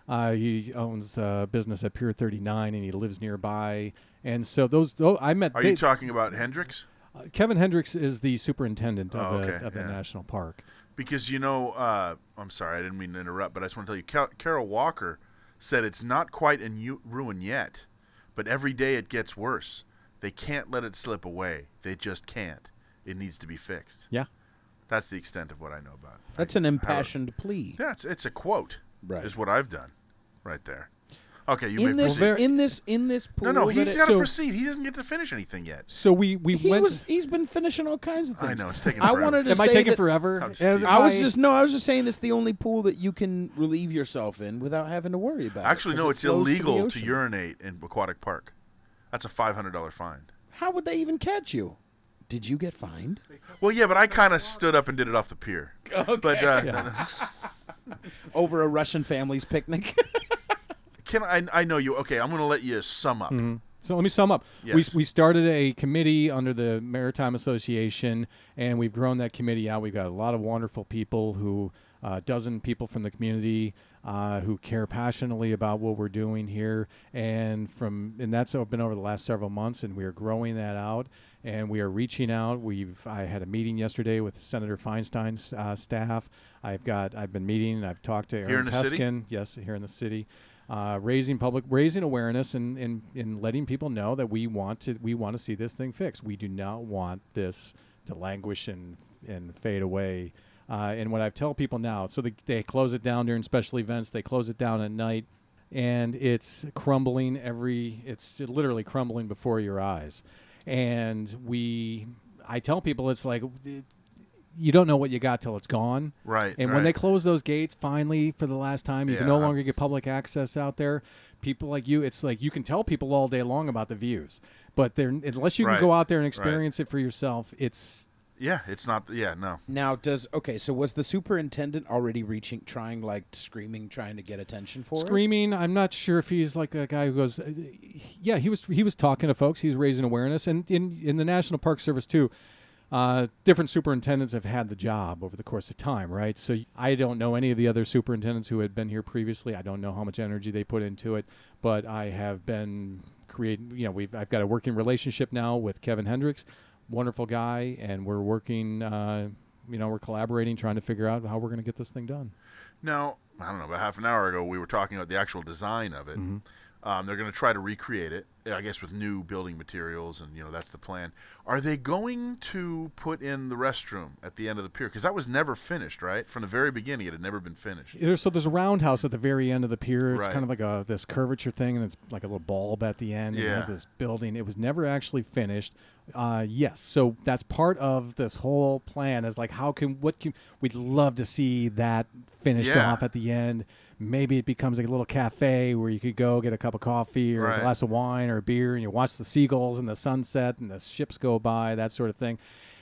Uh, he owns a business at Pier 39, and he lives nearby. And so those, tho- I met.
Are
they-
you talking about Hendrix?
uh, Kevin Hendricks is the superintendent of,
Oh,
the,
okay,
of the
yeah.
national park.
Because you know, uh, I'm sorry, I didn't mean to interrupt, but I just want to tell you, Car- Carol Walker said it's not quite in u- ruin yet, but every day it gets worse. They can't let it slip away. They just can't. It needs to be fixed.
Yeah.
That's the extent of what I know about. it.
That's an
I-
impassioned plea.
I- yeah, it's, it's a quote.
Right.
Is what I've done, right there. Okay, you
In
may
this,
proceed.
in this, in this
no,
pool.
no,
that
he's
it-
got to
so-
proceed. He doesn't get to finish anything yet.
So we we
He
went.
was. He's been finishing all kinds of
I
things.
know it's taking.
I
forever.
wanted to
am I
say
taking
that-
forever?
I'm just
As
teasing.
I was
my-
just no. I was just saying it's the only pool that you can relieve yourself in without having to worry about. it,
Actually,
'cause
no,
it
it's
flows
illegal
the
to,
ocean.
urinate in aquatic park. That's a five hundred dollar fine.
How would they even catch you? Did you get fined?
Well, yeah, but I kind of stood up and did it off the pier. But uh,
Over a Russian family's picnic.
can I? I know you. Okay, I'm going to let you sum up.
Mm-hmm.
So let me sum up. We,
Yes.
we started a committee under the Maritime Association, and we've grown that committee out. We've got a lot of wonderful people who, uh, dozen people from the community, uh, who care passionately about what we're doing here, and from and that's been over the last several months, and we are growing that out, and we are reaching out. We've I had a meeting yesterday with Senator Feinstein's uh, staff. I've got I've been meeting. I've talked to Aaron
in the city?
Peskin. Yes, here in the city, uh, raising public, raising awareness, and, and and letting people know that we want to we want to see this thing fixed. We do not want this to languish and and fade away. Uh, and what I tell people now, so they, they close it down during special events. They close it down at night, and it's crumbling every. It's literally crumbling before your eyes. And we, I tell people, it's like. you don't know what you got till it's gone.
Right,
And when they
right.
close those gates finally for the last time, you can no
Yeah.
longer get public access out there. People like you, it's like you can tell people all day long about the views, but they're unless you
Right,
can go out there and
right.
experience it for yourself, it's
Yeah, it's not. Yeah, no.
now, does okay? So was the superintendent already reaching, trying, like screaming, trying to get attention for it?
screaming. I'm not sure if he's like a guy who goes, uh, yeah, he was he was talking to folks, he's raising awareness, and in in the National Park Service too. Uh, different superintendents have had the job over the course of time, right? So I don't know any of the other superintendents who had been here previously. I don't know how much energy they put into it, but I have been creating. You know, we've I've got a working relationship now with Kevin Hendricks, wonderful guy, and we're working. Uh, you know, we're collaborating, trying to figure out how we're going to get this thing done.
Now I don't know. About half an hour ago, we were talking about the actual design of it.
Mm-hmm.
Um, they're going to try to recreate it, I guess, with new building materials, and you know that's the plan. Are they going to put in the restroom at the end of the pier? Because that was never finished, right? From the very beginning, it had never been finished.
There's, so there's a roundhouse at the very end of the pier. It's
Right.
kind of like a this curvature thing, and it's like a little bulb at the end. and It has
Yeah.
this building. It was never actually finished. Uh, yes, so that's part of this whole plan. Is like how can what can we'd love to see that finished
Yeah.
off at the end. Maybe it becomes like a little cafe where you could go get a cup of coffee or
Right.
a glass of wine or a beer, and you watch the seagulls and the sunset and the ships go by, that sort of thing.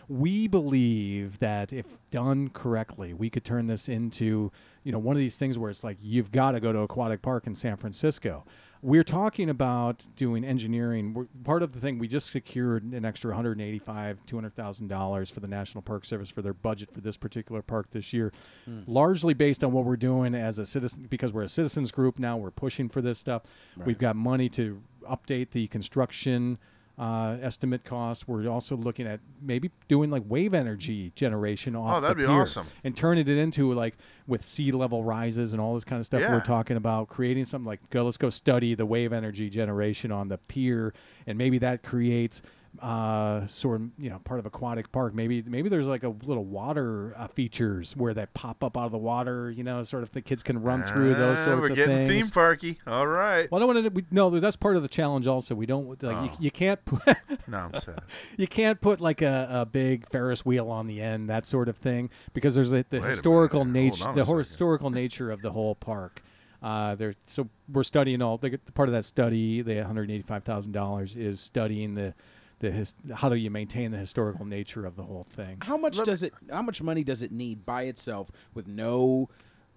We believe that if done correctly, we could turn this into, you know, one of these things where it's like you've got to go to Aquatic Park in San Francisco. We're talking about doing engineering. We're, part of the thing we just secured an extra 185, 200 thousand dollars for the National Park Service for their budget for this particular park this year,
Hmm.
largely based on what we're doing as a citizen because we're a citizens group now. We're pushing for this stuff. We've got money to update the construction uh, estimate costs. We're also looking at maybe doing like wave energy generation off.
Oh, that'd
the
be
pier
awesome.
And turning it into like with sea level rises and all this kind of stuff.
Yeah.
We're talking about creating something like go. Let's go study the wave energy generation on the pier, and maybe that creates uh sort of you know part of aquatic park maybe maybe there's like a little water uh, features where they pop up out of the water you know sort of the kids can run through those
Ah,
sorts
we're
of
getting
things
theme parky. All right.
well, I don't want to. We, no, that's part of the challenge. Also, we don't like
Oh.
you, you can't put
No, I'm sad.
you can't put like a, a big Ferris wheel on the end, that sort of thing, because there's a, the
minute
historical
here. Hold
nature,
on
the
a second.
historical nature of the whole park. Uh, there, so we're studying all the part of that study. The one hundred eighty-five thousand dollars is studying the the his, how do you maintain the historical nature of the whole thing.
How much does it? How much money does it need by itself with no?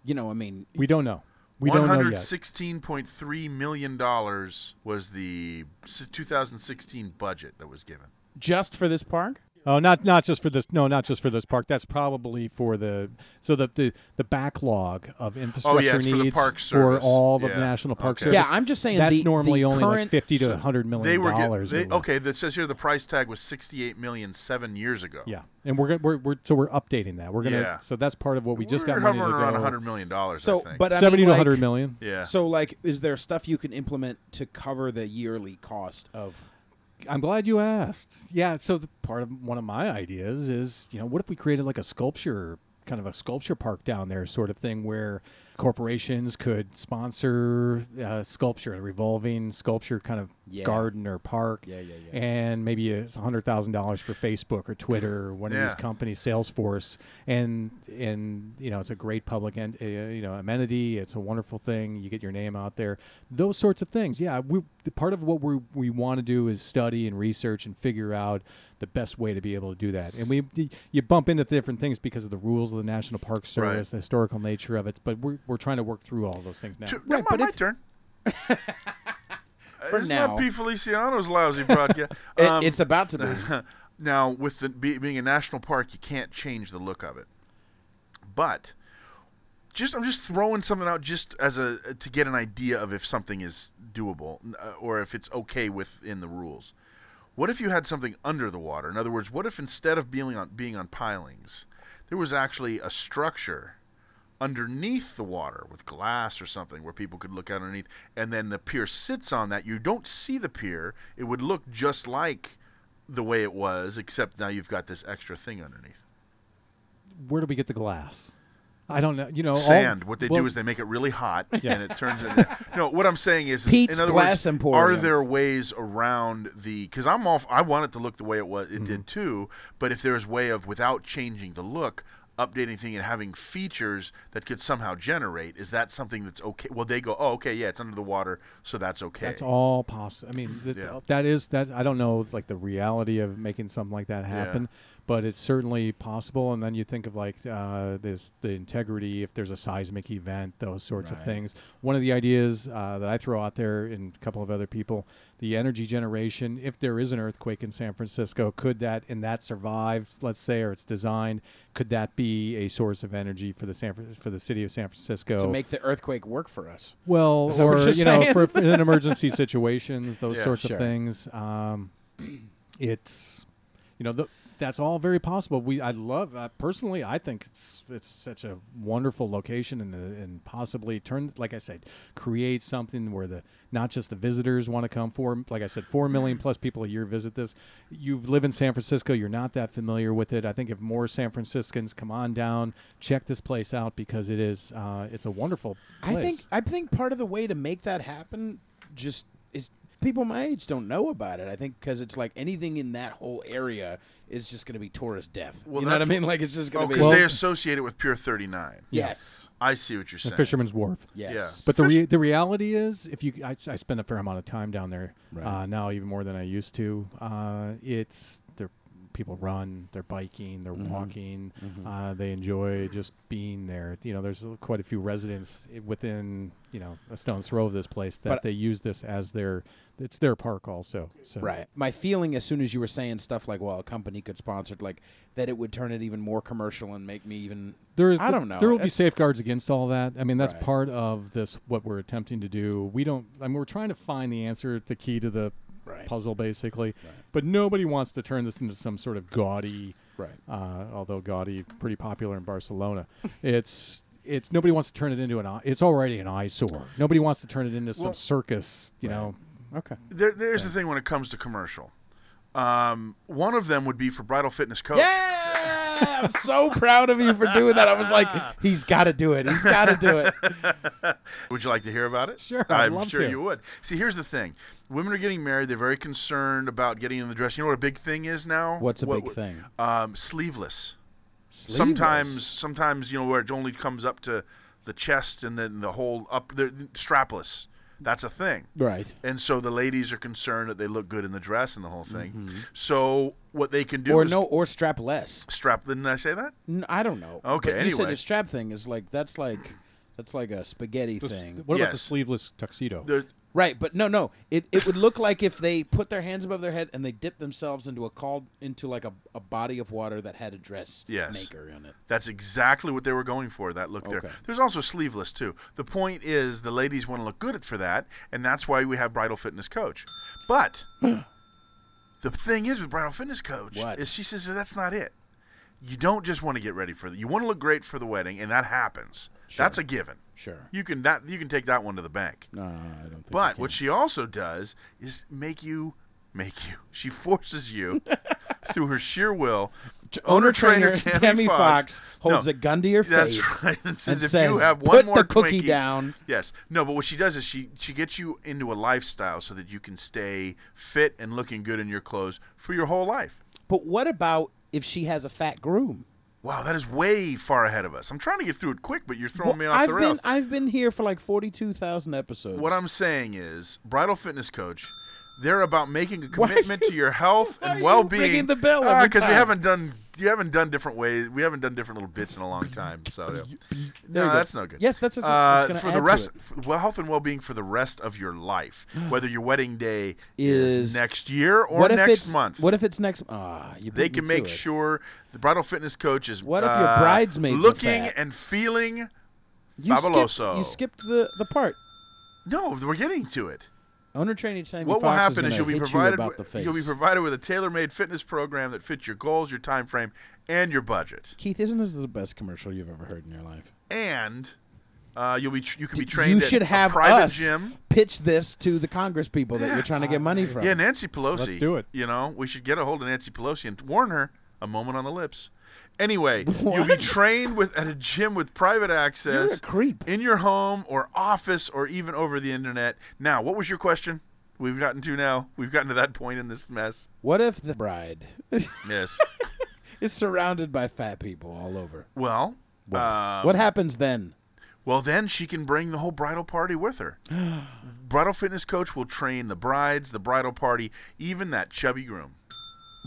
You know, I mean,
We don't know. We
One
don't know
hundred
yet.
sixteen point three million dollars was the s- 2016 budget that was given.
Just for this park?
Oh, not not just for this. No, not just for this park. That's probably for the so the the, the backlog of infrastructure
Oh, it's for
needs
the Park
for
Service.
all the
Yeah.
national park
Okay.
service.
Yeah, I'm just saying
that's
the-
normally
the
only like
current-
fifty to
So
hundred million
They were get-
dollars.
they-
it was.
okay. That says here the price tag was 68 million seven years ago.
Yeah, and we're, gonna- we're we're so we're updating that. We're gonna
Yeah.
so that's part of what we just
We're
got money to
hovering around
go.
100 million dollars.
So,
I think.
but I
Seventy
mean,
to
like-
hundred million.
yeah.
So, like, is there stuff you can implement to cover the yearly cost of?
I'm glad you asked. Yeah, so the part of one of my ideas is, you know, what if we created like a sculpture kind of a sculpture park down there sort of thing where corporations could sponsor uh, sculpture, a revolving sculpture kind of
Yeah.
garden or park.
Yeah, yeah, yeah.
And maybe it's $100,000 for Facebook or Twitter or one of these
Yeah.
companies, Salesforce. And, and you know, it's a great public, en- uh, you know, amenity. It's a wonderful thing. You get your name out there. Those sorts of things. Yeah, we, the part of what we we want to do is study and research and figure out the best way to be able to do that. And we you bump into different things because of the rules of the National Park Service, the historical nature of it. But we're, we're trying to work through all those things now.
T- Come on, my turn. For it's
now.
not P. Feliciano's lousy broadcast.
It-
Um,
it's about to be.
now, with the, be, being a national park, you can't change the look of it. But just I'm just throwing something out just as a to get an idea of if something is doable uh, or if it's okay within the rules. What if you had something under the water? In other words, what if instead of being on being on pilings, there was actually a structure underneath the water with glass or something where people could look out underneath and then the pier sits on that you don't see the pier it would look just like the way it was except now you've got this extra thing underneath
Where do we get the glass? I don't know. You know, all-
sand what they
well,
do is they make it really hot and it turns into no what i'm saying is, is
Pete's
in other
Glass
words, are
Emporium.
there ways around the because i'm off i want it to look the way it was it
Mm-hmm.
did too but if there's way of without changing the look updating thing and having features that could somehow generate is that something that's okay well they go oh okay yeah it's under the water so that's okay
That's all possible. I mean, th-
Yeah.
that is that. I don't know, like the reality of making something like that happen, but it's certainly possible. And then you think of like uh, this, the integrity. If there's a seismic event, those sorts of things. One of the ideas uh, that I throw out there, and a couple of other people, the energy generation. If there is an earthquake in San Francisco, could that and that survive? Let's say, or it's designed, could that be a source of energy for the San Fran- for the city of San Francisco
to make the earthquake work for us.
well,
that what
or
you're
you know,
saying?
for in an emergency situations, those
Yeah,
sorts
sure.
of things. Um, it's you know, th- that's all very possible. We, I love uh, personally. I think it's it's such a wonderful location, and uh, and possibly turn, like I said, create something where the not just the visitors want to come. for. like I said, four million plus people a year visit this. You live in San Francisco, you're not that familiar with it. I think if more San Franciscans come on down, check this place out because it is uh, it's a wonderful.
I
Place.
think I think part of the way to make that happen just is people my age don't know about it. I think because it's like anything in that whole area is just going to be tourist death.
Well,
you know what I
that's-
mean? Like it's just
Oh,
going to
'cause
be
they associate it with Pier 39.
yes,
I see what you're
The
saying.
Fisherman's Wharf.
yes.
Yeah.
But the re- the reality is, if you, I, I spend a fair amount of time down there uh, now, even more than I used to. Uh, it's they people run, they're biking, they're
Mm-hmm.
walking. Uh, they enjoy just being there. You know, there's quite a few residents i- within you know a stone's throw of this place that
But-
they use this as their it's their park also. So
Right. My feeling as soon as you were saying stuff like, "Well, a company could sponsor," it, like that, it would turn it even more commercial and make me even.
There is,
I don't know.
There will be
That's-
safeguards against all that. I mean, that's
Right.
part of this. What we're attempting to do. We don't. I mean, we're trying to find the answer, the key to the
Right.
puzzle, basically. But nobody wants to turn this into some sort of gaudy.
Right.
Uh, although gaudy, pretty popular in Barcelona. it's it's nobody wants to turn it into an. eye- It's already an eyesore. Nobody wants to turn it into some
Well-
circus. You know.
Okay.
There, there's the thing when it comes to commercial. Um, one of them would be for Bridal Fitness Coach.
Yeah, I'm so proud of you for doing that. I was like, he's got to do it. He's got to do it.
Would you like to hear about it?
Sure, I'd
I'm
love
sure
to.
you would. See, here's the thing: women are getting married. They're very concerned about getting in the dress. You know what a big thing is now?
What's a
What-
big thing?
Um, sleeveless.
Sleeveless.
Sometimes, sometimes you know where it only comes up to the chest and then the whole up. They're strapless. That's a thing.
right.
And so the ladies are concerned that they look good in the dress and the whole thing. So what they can do
Mm-hmm. Or
is
no, or strap less.
strap. Didn't I say that?
N- I don't know.
Okay,
But You said
anyway.
the strap thing is like that's like That's like a spaghetti
The s-
thing.
What about the
Yes.
sleeveless tuxedo?
There,
Right, but no, no. It it would look like if they put their hands above their head and they dipped themselves into a called into like a, a body of water that had a dress
Yes.
maker in it.
That's exactly what they were going for. That look
Okay.
there. There's also sleeveless too. The point is, the ladies want to look good for that, and that's why we have bridal fitness coach. But the thing is with bridal fitness coach
What?
is she says that that's not it. You don't just want to get ready for the. You want to look great for the wedding, and that happens. That's a given.
Sure.
You can that you can take that one to the bank.
No, Uh, I don't think.
But what she also does is make you make you. She forces you through her sheer will.
owner trainer Tammy Fox, holds
No,
a gun to your
That's
face
right. And says,
and
if
says,
you have one
"Put
more
the cookie
Twinkie-"
down.
Yes. No, but what she does is she she gets you into a lifestyle so that you can stay fit and looking good in your clothes for your whole life.
But what about if she has a fat groom?
Wow, that is way far ahead of us. I'm trying to get through it quick, but you're throwing me off
I've
the
been
rails.
I've been here for like forty two thousand episodes.
What I'm saying is, bridal fitness coach, they're about making a commitment to your health
why are
and
you
well-being.
ringing the bell
Ah,
every
'cause we
time?
haven't done you haven't done different ways. We haven't done different little bits in a long time. So yeah.
you
no,
go.
that's no good. Uh,
Yes, that's- that's- that's gonna
for
add
the
to
rest.
it.
f- well, health and well-being for the rest of your life, whether your wedding day
Is-
is next year or
What if
next
it's-
month.
What if it's next? Ah, you
they
beat me
can
to
make
it.
sure the bridal fitness coach is
What if your
uh,
bridesmaids are
looking
fat?
and feeling?
You skipped,
Fabuloso.
you skipped the the part.
No, we're getting to it.
Owner training Tammy
What will
Fox
happen
is,
is you'll
gonna
be
hit
provided
you about the
with,
face.
you'll be provided with a tailor-made fitness program that fits your goals, your time frame, and your budget.
Keith, isn't this the best commercial you've ever heard in your life?
And uh, you'll be tr- you can be
D-
trained.
you
at
should
a
have
private
us
gym.
pitch this to the Congress people that you're trying to get money from.
Yeah, Nancy Pelosi.
Let's do it.
You know, we should get a hold of Nancy Pelosi and warn her. A moment on the lips. Anyway, you'll be trained with at a gym with private access.
You're a creep.
In your home or office or even over the internet. Now, what was your question? We've gotten to now. We've gotten to that point in this mess.
What if the bride
Yes.
is surrounded by fat people all over?
well,
What,
um,
what happens then?
Well, then she can bring the whole bridal party with her. bridal fitness coach will train the brides, the bridal party, even that chubby groom.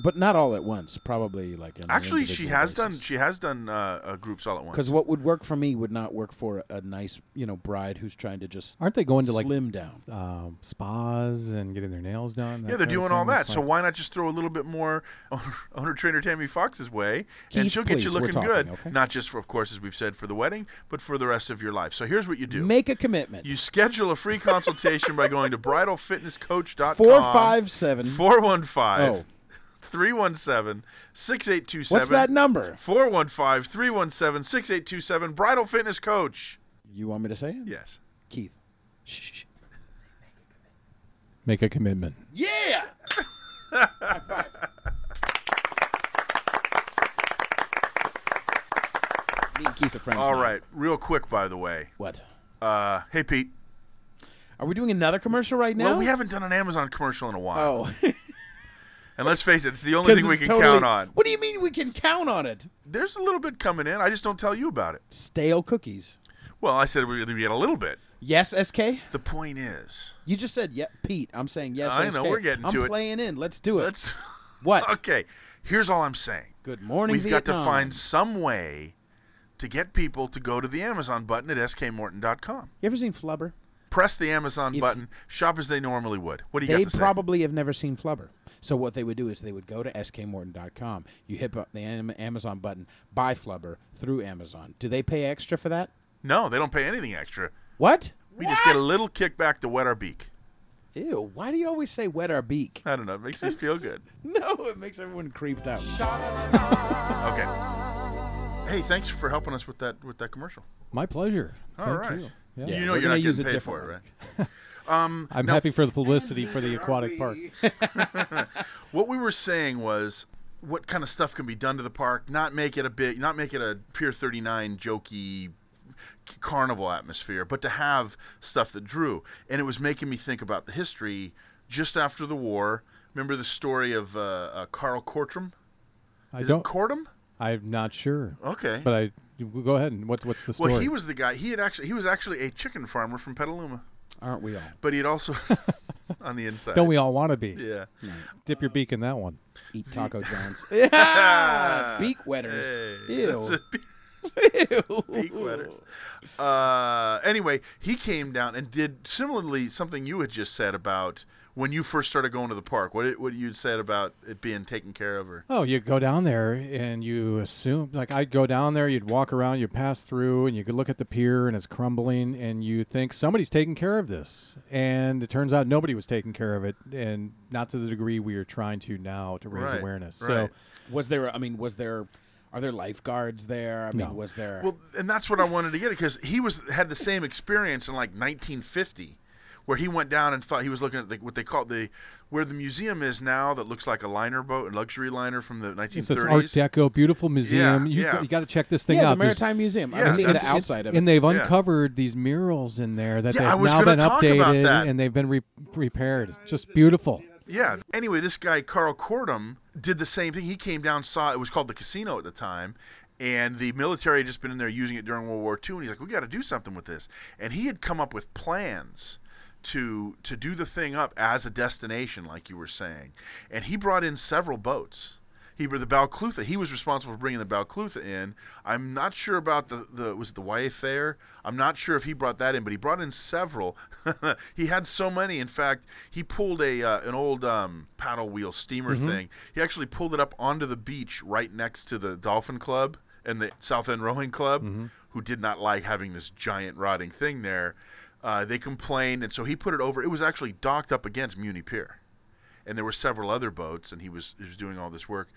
But not all at once. Probably like in
Actually, she has done she has done uh, uh, groups all at once.
Because what would work for me would not work for a nice, you know, bride who's trying to just
Aren't they going to like
slim down.
um, spas and getting their nails done?
Yeah,
that
they're
kind of
doing all
thing?
that.
It's
So
like-
why not just throw a little bit more owner, owner trainer Tammy Fox's way,
Keith,
and she'll get you
please, we're
looking
talking,
good.
okay?
Not just for, of course, as we've said, for the wedding, but for the rest of your life. So here's what you do:
Make a commitment.
you schedule a free consultation by going to bridalfitnesscoach.com.
Four five seven.
415
Oh.
317 6827.
What's that number?
415 317 6827. Bridal Fitness Coach.
You want me to say it?
Yes.
Keith.
make a commitment.
Yeah. Me and Keith are friends.
All
now.
right. Real quick, by the way.
What?
Uh, hey, Pete.
Are we doing another commercial right now?
Well, we haven't done an Amazon commercial in a while.
Oh,
And let's face it, it's the only
'Cause
thing we
it's
can
totally-
count on.
What do you mean we can count on it?
There's a little bit coming in. I just don't tell you about it.
Stale cookies.
Well, I said we we get a little bit.
Yes, SK.
The point is,
You just said yeah, Pete. I'm saying yes.
I
SK.
know, we're getting
I'm
to it.
playing in. Let's do it.
let's.
what?
Okay. Here's all I'm saying.
Good morning.
We've got to
Vietnam.
find some way to get people to go to the Amazon button at skmorton.com.
You ever seen Flubber?
Press the Amazon
If-
button, shop as they normally would. What do you
They
got to
probably have never seen Flubber. So what they would do is they would go to skmorton.com. You hit up the Am- Amazon button, buy Flubber through Amazon. Do they pay extra for that?
say? No, they don't pay anything extra.
What?
We just get a little kickback to wet our beak.
Ew, why do you always say wet our beak?
I don't know. It makes me feel good.
No, it makes everyone creeped out.
Okay. Hey, thanks for helping us with that with that commercial.
My pleasure.
All
Thank
right.
you. Yeah.
You
we're
know you're
gonna
not
use
getting
a
paid
different
for it,
one.
right?
I'm happy for the publicity for the aquatic park.
What we were saying was what kind of stuff can be done to the park, not make it a big, not make it a Pier 39 jokey carnival atmosphere, but to have stuff that drew. And it was making me think about the history just after the war. Remember the story of uh, uh, Carl Cortram?
I
Is
don't.
it Cortram?
I'm not sure.
Okay.
But I go ahead and what, what's the story?
well, he was the guy. He had actually he was actually a chicken farmer from Petaluma,
Aren't we all?
but he'd also on the inside.
don't we all want to be?
Yeah.
Dip your beak in that one.
Eat Taco John's. yeah! Beak wetters.
Hey,
Ew.
that's a- Peak wetters. Uh, anyway, he came down and did similarly something you had just said about when you first started going to the park. What it, what you'd said about it being taken care of, or
Oh, you go down there and you assume like I'd go down there, you'd walk around, you'd pass through and you could look at the pier and it's crumbling and you think somebody's taking care of this. And it turns out nobody was taking care of it and not to the degree we are trying to now to raise
Right,
awareness.
right.
So
Was there? I mean, was there? Are there lifeguards there? I mean,
No.
was there?
well, and that's what I wanted to get because he was had the same experience in like 1950, where he went down and thought he was looking at the, what they call the where the museum is now that looks like a liner boat, a luxury liner from the 1930s.
it's this Art Deco, beautiful museum. you
yeah.
you got to check this thing
yeah, the
out. There's-
Maritime Museum.
Yeah,
I've seen the
that's-
outside of it.
and they've
Yeah.
uncovered these murals in there that
Yeah, I
they've
was
now
gonna
been
talk about
updated
that.
and they've been re- repaired. Just beautiful.
Yeah. Anyway, this guy Carl Cordum did the same thing. He came down, saw it was called the casino at the time, and the military had just been in there using it during World War II. And he's like, "We got to do something with this." And he had come up with plans to to do the thing up as a destination, like you were saying. And he brought in several boats. He brought the Balclutha. He was responsible for bringing the Balclutha in. I'm not sure about the, the was it the YF there? I'm not sure if he brought that in, but he brought in several. he had so many. In fact, he pulled a uh, an old um, paddle wheel steamer thing. He actually pulled it up onto the beach right next to the Dolphin Club and the South End Rowing Club, who did not like having this giant rotting thing there. Uh, they complained, and so he put it over. It was actually docked up against Muni Pier and there were several other boats, and he was he was doing all this work.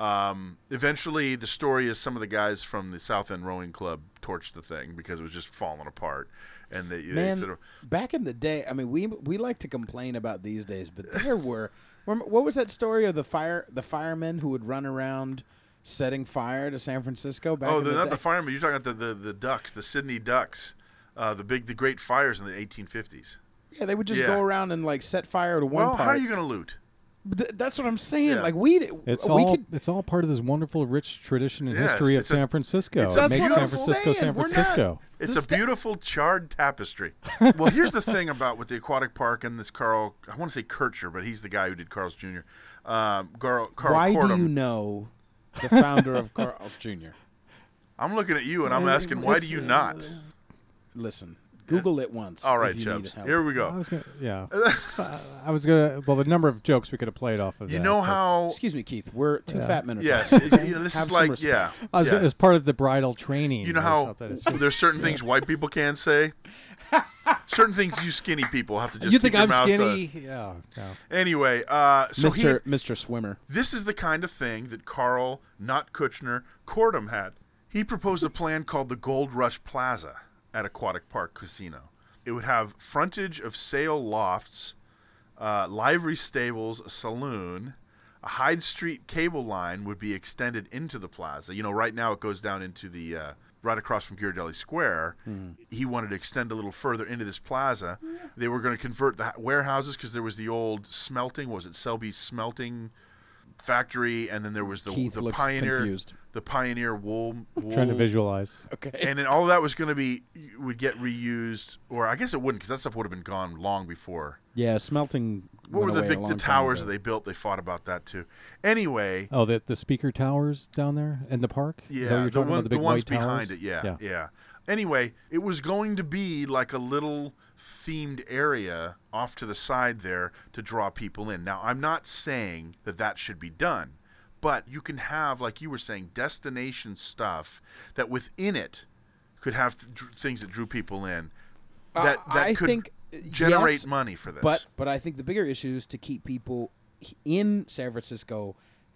Um, eventually, the story is some of the guys from the South End Rowing Club torched the thing because it was just falling apart, and they, they
Man,
sort of
back in the day, I mean, we we like to complain about these days, but there were. Remember, what was that story of the fire? The firemen who would run around setting fire to San Francisco back.
oh,
in the
they're not
day?
the firemen. You're talking about the, the, the ducks, the Sydney Ducks, uh, the big the great fires in the 1850s.
Yeah, they would just
Yeah.
go around and like set fire to one
well,
part.
how are you going to loot?
But th- that's what I'm saying.
Yeah.
Like we,
It's
we
all
could.
it's all part of this wonderful, rich tradition and
Yes,
history of
it's a-
San Francisco.
it's
it
a
makes San
beautiful-
Francisco San
saying, we're not-
Francisco.
It's
This
a
guy-
beautiful charred tapestry. well, here's the thing about with the aquatic park and this Carl. I want to say Kircher, but he's the guy who did Carl's Jr. Um, Carl, Carl
Why do
Cordum.
you know the founder of Carl's Jr.?
I'm looking at you and I'm asking, why do you
uh,
not?
Listen, Google it once.
All right,
if you need
Chubbs.
help.
Here we
I
go.
was gonna, yeah. Uh, I was gonna. Well, the number of jokes we could have played off of.
You
that,
know
but-
how?
Excuse me, Keith. We're two fat men. are
Yes.
talking,
it-
okay?
you know, this
Have
is
some
like, yeah.
respect.
I was
yeah.
gonna, as part of the bridal training.
you know
or
how
something, it's just-
there's certain things white people can say. certain things you skinny people have to just.
you think
keep your
I'm
mouth
skinny?
closed.
Yeah. no.
Anyway, uh, so he-
Mr. Mr. Swimmer.
this is the kind of thing that Carl, not Kushner, Cordum had. He proposed a plan called the Gold Rush Plaza at Aquatic Park Casino. It would have frontage of sail lofts, uh, livery stables, a saloon. A Hyde Street cable line would be extended into the plaza. You know, right now it goes down into the uh, right across from Ghirardelli Square.
Hmm.
He wanted to extend a little further into this plaza. They were going to convert the h- warehouses because there was the old smelting. Was it Selby Smelting Factory? And then there was the
Keith
the
looks
pioneer
confused.
the pioneer wool, wool
Trying to visualize.
and then all that was going to be would get reused, or I guess it wouldn't because that stuff would have been gone long before.
Yeah, smelting.
What
went
were the
away a
big
long
the
time
towers that
ago.
they built? They fought about that too. Anyway,
Oh, the the speaker towers down there in the park. Is that what
yeah,
you're
the
talking
one
about the big
ones
white towers?
behind it. Yeah, yeah, Anyway, it was going to be like a little themed area off to the side there to draw people in. Now, I'm not saying that that should be done, but you can have, like you were saying, destination stuff that within it could have th- dr- things that drew people in. That
Uh,
that
I
could
think, uh,
generate
yes,
money for this.
But but I think the bigger issue is to keep people h- in San Francisco,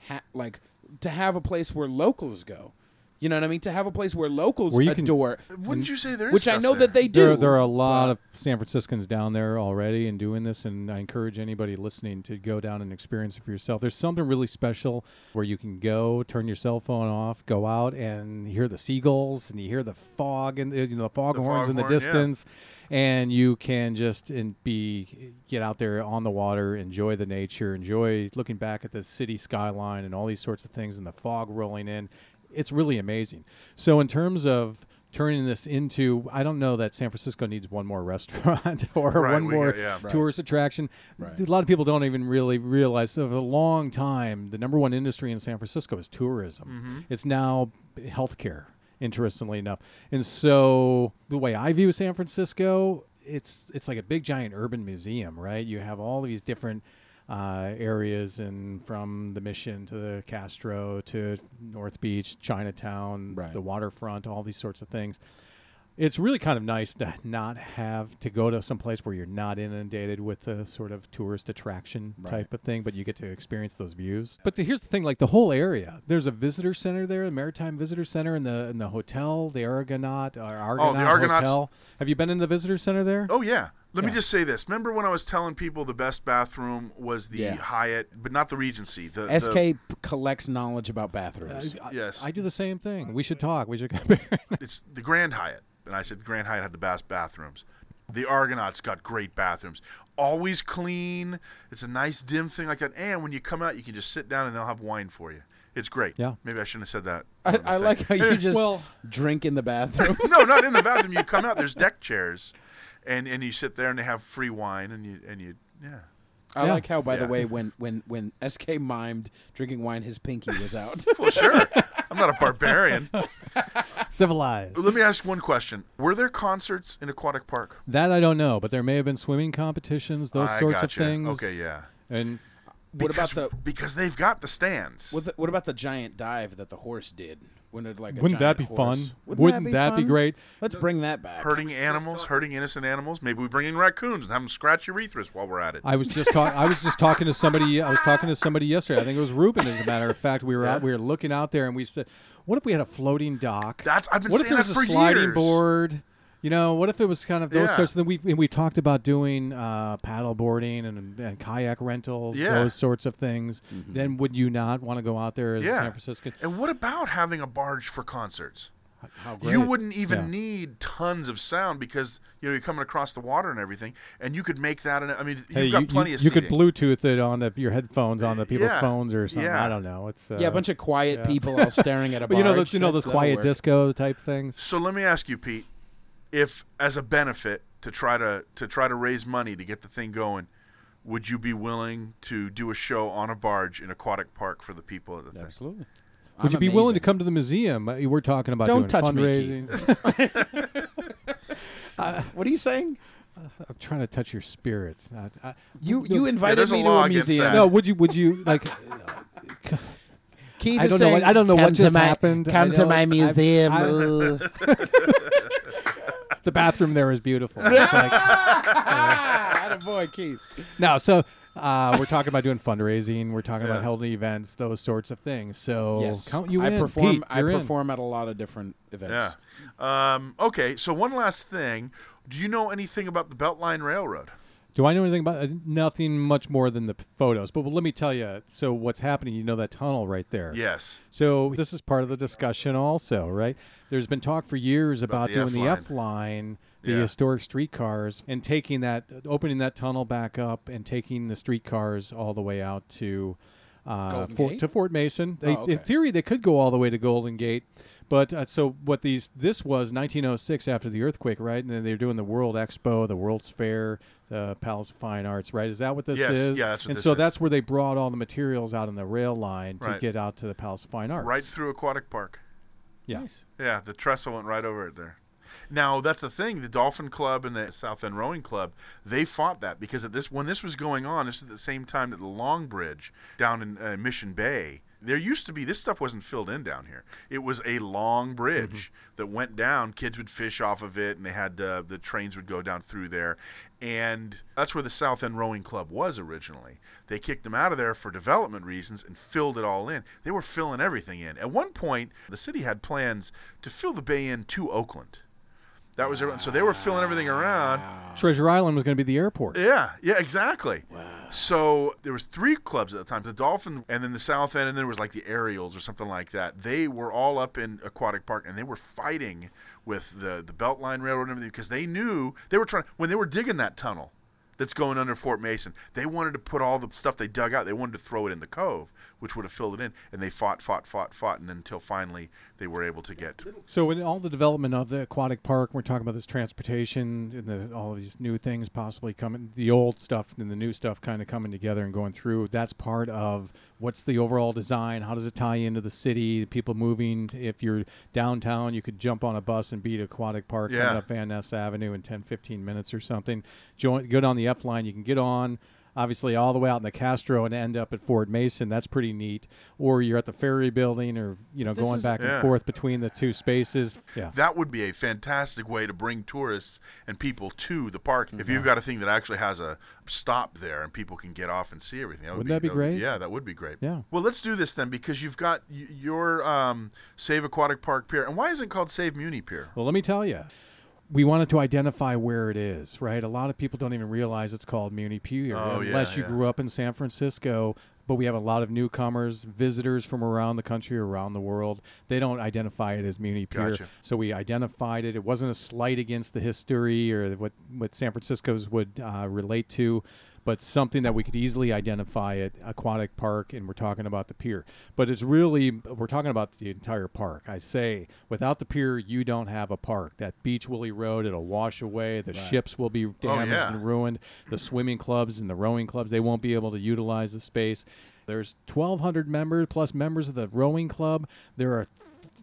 ha- like to have a place where locals go. You know what I mean? To have a place where locals
Where you can-
adore,
wouldn't you say there is?
which I
stuff
know
there?
that they do.
There, there are a lot of San Franciscans down there already and doing this, and I encourage anybody listening to go down and experience it for yourself. There's something really special where you can go, turn your cell phone off, go out and hear the seagulls, and you hear the fog and you know the fog horns in the
foghorn, yeah.
distance, and you can just and be get out there on the water, enjoy the nature, enjoy looking back at the city skyline and all these sorts of things, and the fog rolling in. It's really amazing. So in terms of turning this into I don't know that San Francisco needs one more restaurant or
Right,
one
we
more
got- yeah. Right.
tourist attraction. A lot of people don't even really realize that for a long time the number one industry in San Francisco is tourism. It's now healthcare. interestingly enough. And so the way I view San Francisco, it's it's like a big giant urban museum, right? You have all these different uh, areas, and from the Mission to the Castro to North Beach, Chinatown,
Right.
the waterfront, all these sorts of things. It's really kind of nice to not have to go to some place where you're not inundated with the sort of tourist attraction type of thing, but you get to experience those views. But the, here's the thing: like the whole area, there's a visitor center there, the Maritime Visitor Center, and the and the hotel, the Argonaut, or Argonaut
Oh, Argonauts.
Hotel. Have you been in the visitor center there?
Oh yeah. Let me just say this. Remember when I was telling people the best bathroom was the
Yeah.
Hyatt, but not the Regency. The the-
SK p- collects knowledge about bathrooms.
yes,
I do the same thing. We should talk. We should compare.
it's the Grand Hyatt, and I said Grand Hyatt had the best bathrooms. The Argonauts got great bathrooms, always clean. It's a nice dim thing like that. And when you come out, you can just sit down and they'll have wine for you. It's great.
Yeah.
Maybe I shouldn't have said that.
I, I like how you just
Well-
drink in the bathroom.
no, not in the bathroom. You come out. There's deck chairs, and and you sit there and they have free wine and you and you yeah.
I
Yeah.
like how, by the
Yeah.
way, when, when, when SK mimed drinking wine, his pinky was out.
Well, sure. I'm not a barbarian.
Civilized.
Let me ask one question. Were there concerts in Aquatic Park?
That I don't know, but there may have been swimming competitions, those
I
sorts
gotcha.
of things.
Okay, yeah.
And
what about
Because-
the
because they've got the stands?
what, the what about the giant dive that the horse did? When it, like a
Wouldn't that
giant
be
horse?
fun? Wouldn't that be
fun?
great?
Let's bring that back.
hurting animals, hurting innocent animals. Maybe we bring in raccoons and have them scratch urethras while we're at it.
I was just talk- I was just talking to somebody. I was talking to somebody yesterday. I think it was Ruben. As a matter of fact, we were out, we were looking out there, and we said, "What if we had a floating dock?
That's- I've been
what if
saying
there was
that
a
for
sliding
years."
board? You know, what if it was kind of those
Yeah.
sorts of things? We and we talked about doing uh, paddle boarding and, and kayak rentals,
Yeah. Mm-hmm.
those sorts of things. Then would you not want to go out there as
yeah.
San Francisco?
And what about having a barge for concerts?
How
You
great.
wouldn't even
Yeah.
need tons of sound because you know you're coming across the water and everything, and you could make that. An, I mean,
Hey,
you've got
you,
plenty
you,
of
you could
seating.
Bluetooth it on the, your headphones on the people's
Yeah.
phones or something.
Yeah.
I don't know. It's uh,
Yeah, a bunch of quiet people all staring at a
but
barge.
you know those, you know those
That'll
quiet
work.
disco type things.
So let me ask you, Pete, if as a benefit to try to to try to raise money to get the thing going, would you be willing to do a show on a barge in aquatic park for the people at the thing?
Absolutely.
Would you be willing to come to the museum? Uh, We're talking about
Don't
doing
touch me,
fundraising.
What are you saying?
I'm trying to touch your spirits. I, I,
You you invited
there's a
me to
law
a
against
museum.
that.
no, would you? Would you like?
Keith
I
is
don't know what-
saying,
I don't know what
"Come to
just
my-
happened.
Come
I
to
don't- I-
my museum.
I-
Ugh.
the bathroom there is beautiful. It's like,
Ah, attaboy, Keith.
no, so uh, we're talking about doing fundraising. We're talking about holding events, those sorts of things. So
Yes,
count you
I
in.
perform.
Pete,
I
you're in.
perform at a lot of different events.
Yeah. Um, okay. So one last thing. Do you know anything about the Beltline Railroad?
Do I know anything about uh, nothing much more than the p- photos? But let me tell you. So what's happening? You know that tunnel right there.
Yes.
So this is part of the discussion also, right? There's been talk for years about,
the
doing the
F-line.
F line, the
Yeah.
historic streetcars, and taking that, opening that tunnel back up, and taking the streetcars all the way out to. Uh,
Golden
Fort,
Gate?
to Fort Mason. They,
Oh, okay.
In theory, they could go all the way to Golden Gate, but uh, so what? These this was 1906 after the earthquake, right? And then they're doing the World Expo, the World's Fair, the Palace of Fine Arts, right? Is that what this
Yes,
is?
yeah, that's what
and
this
so
is.
that's where they brought all the materials out on the rail line to
Right.
get out to the Palace of Fine Arts.
Right through Aquatic Park.
Yeah.
Yeah, the trestle went right over it there. Now that's the thing. The Dolphin Club and the South End Rowing Club they fought that because at this when this was going on, this is the same time that the Long Bridge down in uh, Mission Bay. There used to be this stuff wasn't filled in down here. It was a long bridge that went down. Kids would fish off of it, and they had uh, the trains would go down through there, and that's where the South End Rowing Club was originally. They kicked them out of there for development reasons and filled it all in. They were filling everything in. At one point, the city had plans to fill the bay in to Oakland. That was everyone. So they were filling everything around.
Treasure Island was going to be the airport.
Yeah, yeah, exactly. Wow. So there was three clubs at the time: the Dolphin, and then the South End, and then there was like the Aerials or something like that. They were all up in Aquatic Park, and they were fighting with the the Beltline Railroad and everything because they knew they were trying when they were digging that tunnel. that's going under Fort Mason. They wanted to put all the stuff they dug out. They wanted to throw it in the cove, which would have filled it in. And they fought, fought, fought, fought, and until finally they were able to get.
So in all the development of the aquatic park, we're talking about this transportation and the, all these new things possibly coming, the old stuff and the new stuff kind of coming together and going through. That's part of what's the overall design. How does it tie into the city? The people moving. If you're downtown, you could jump on a bus and be at aquatic park
Yeah.
coming up Van Ness Avenue in 10, 15 minutes or something. Join, good on the F line. You can get on. Obviously, all the way out in the Castro and end up at Fort Mason. That's pretty neat. Or you're at the Ferry Building, or you know, going back
Yeah.
and forth between the two spaces. Yeah.
That would be a fantastic way to bring tourists and people to the park. If
Mm-hmm.
you've got a thing that actually has a stop there and people can get off and see everything, would
Wouldn't that be great?
Yeah, that would be great.
Yeah.
Well, let's do this then because you've got y- your um, Save Aquatic Park Pier, and why isn't it called Save Muni Pier?
Well, let me tell you. We wanted to identify where it is, right? A lot of people don't even realize it's called Muni Pier
Oh, yeah,
unless you
yeah.
grew up in San Francisco. But we have a lot of newcomers, visitors from around the country, around the world. They don't identify it as Muni Pier.
Gotcha.
So we identified it. It wasn't a slight against the history or what, what San Francisco's would uh, relate to, but something that we could easily identify at Aquatic Park, and we're talking about the pier. But it's really, we're talking about the entire park. I say, without the pier, you don't have a park. That Beach Willie Road, it'll wash away. The ships will be damaged
Oh, yeah.
and ruined. The swimming clubs and the rowing clubs, they won't be able to utilize the space. There's 1,200 members plus members of the rowing club. There are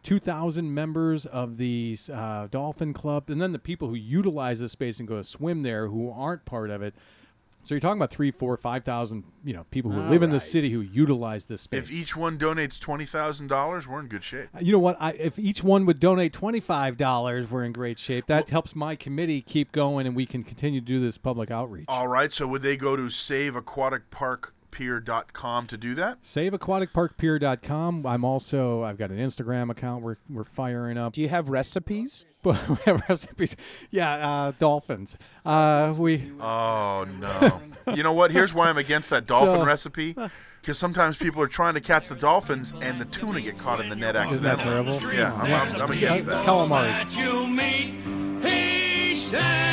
2,000 members of the uh, dolphin club, and then the people who utilize this space and go to swim there who aren't part of it. So you're talking about three, four, five thousand, you know, people who live in the city who utilize this space.
If each one donates twenty thousand dollars, we're in good shape.
you know what? I, if each one would donate twenty-five dollars, we're in great shape. That helps my committee keep going, and we can continue to do this public outreach.
All right. So would they go to saveaquaticparkpier.com to do that?
SaveAquaticParkPier.com. I'm also I've got an Instagram account we're we're firing up.
Do you have recipes?
But we have recipes. Yeah, uh, dolphins. Uh, we
Oh no! you know what? Here's why I'm against that dolphin
So-
recipe. Because sometimes people are trying to catch the dolphins and the tuna get caught in the net
isn't that
accidentally.
terrible?
Yeah, I'm, I'm, I'm
Yeah,
against that.
Oh,
calamari.
that you meet each day.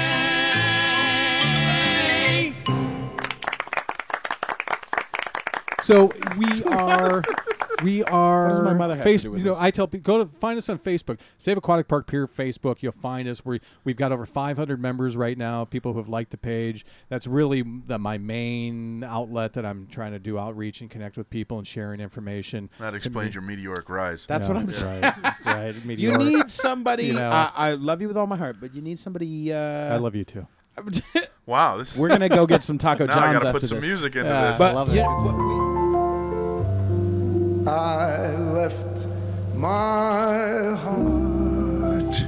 So we are, we are.
does my mother have to
face-
do with
you know,
this?
I tell people go to find us on Facebook, Save Aquatic Park Pier Facebook. You'll find us. We we've got over 500 members right now. People who have liked the page. That's really the, my main outlet that I'm trying to do outreach and connect with people and sharing information.
That explains your meteoric rise.
That's what I'm
Yeah,
saying.
Right, right.
You
Meteoric.
need somebody.
You know.
I, I love you with all my heart, but you need somebody. Uh,
I love you too.
wow. This
we're gonna go get some Taco
now I
John's
gotta
after
put some
this.
music into
Yeah.
this.
But
But- love it.
yeah, what we-
I left my heart
this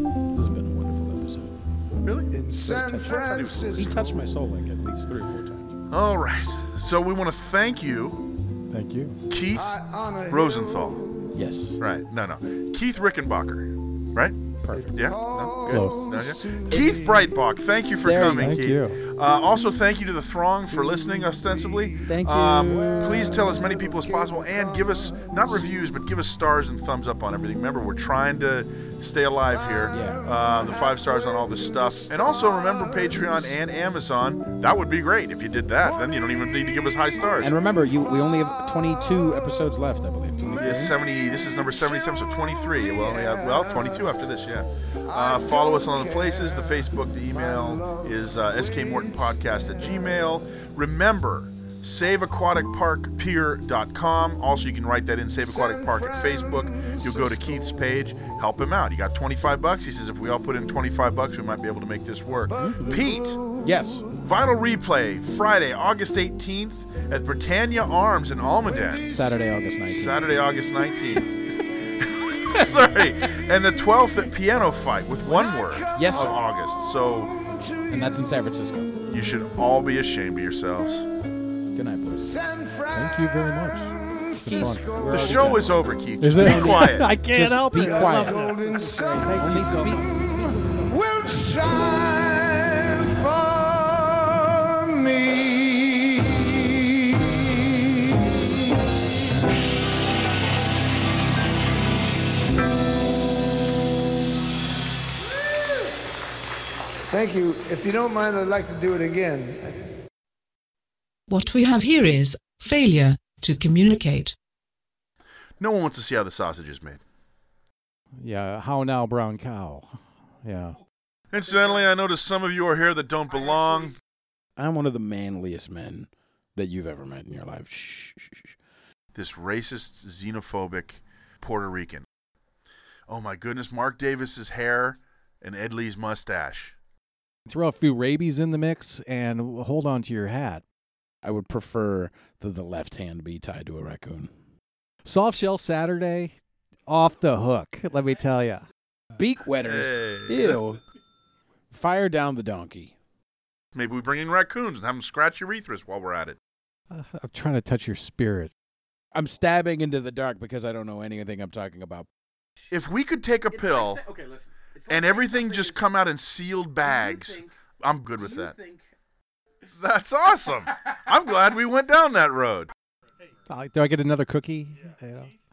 has been a wonderful episode.
really?
in San
He
Francisco.
touched my soul like at least three or four times.
All right. So we want to thank you,
Thank you.
Keith
I honor
Rosenthal.
Yes,
Right? No, no. Keith Rickenbacker. Right?
perfect.
Yeah. No? Good.
Close.
No, yeah. Keith Breitbach, thank you for
There you
coming.
go. Thank
Keith.
you.
Uh, also, thank you to the Throngs for listening ostensibly. Um,
Thank you.
please tell as many people as possible and give us, not reviews, but give us stars and thumbs up on everything. Remember, we're trying to stay alive here.
Yeah.
Uh, the five stars on all this stuff. And also remember Patreon and Amazon. That would be great if you did that. Then you don't even need to give us high stars.
And remember, you we only have 22 episodes left, I believe. 23.
Yes, 70. This is number 77, so 23. Well, we have, well, 22 after this, yeah. Uh, follow us on the places. The Facebook, the email is uh, skmortonpodcast at gmail. Remember, saveaquaticparkpier.com. Also, you can write that in Save Aquatic Park at Facebook. You'll go to Keith's page. Help him out. He got 25 bucks. He says if we all put in 25 bucks, we might be able to make this work. Pete.
Yes.
Vinyl replay Friday, August 18th at Britannia Arms in Almaden.
Saturday, August 19th.
Saturday, August 19th. Sorry. And the 12th at Piano Fight with one word
Yes,
of
sir.
August. So
And that's in San Francisco.
you should all be ashamed of yourselves.
Good night, boys.
San
Thank you very much. It's been fun.
Francisco.
The show is over, Keith. Just
it?
be quiet.
I can't
Just
help
be
it. I love
quiet.
this.
Golden
Only speak.
sun will shine for me. Thank you. If you don't mind, I'd like to do it again.
What we have here is failure to communicate.
No one wants to see how the sausage is made.
Yeah, how now, brown cow? Yeah.
Incidentally, I notice some of you are here that don't belong.
I'm one of the manliest men that you've ever met in your life. Shh, shh, shh, shh.
This racist, xenophobic Puerto Rican. Oh my goodness, Mark Davis's hair and Ed Lee's mustache.
Throw a few rabies in the mix and hold on to your hat.
I would prefer that the left hand be tied to a raccoon.
Soft Shell Saturday, off the hook, let me tell you.
Beak wetters.
Hey.
Ew. Fire down the donkey.
Maybe we bring in raccoons and have them scratch urethras while we're at it.
I'm trying to touch your spirit.
I'm stabbing into the dark because I don't know anything I'm talking about.
If we could take a pill and everything just come out in sealed bags, I'm good with that. That's awesome. I'm glad we went down that road.
Uh, Do I get another cookie? You know?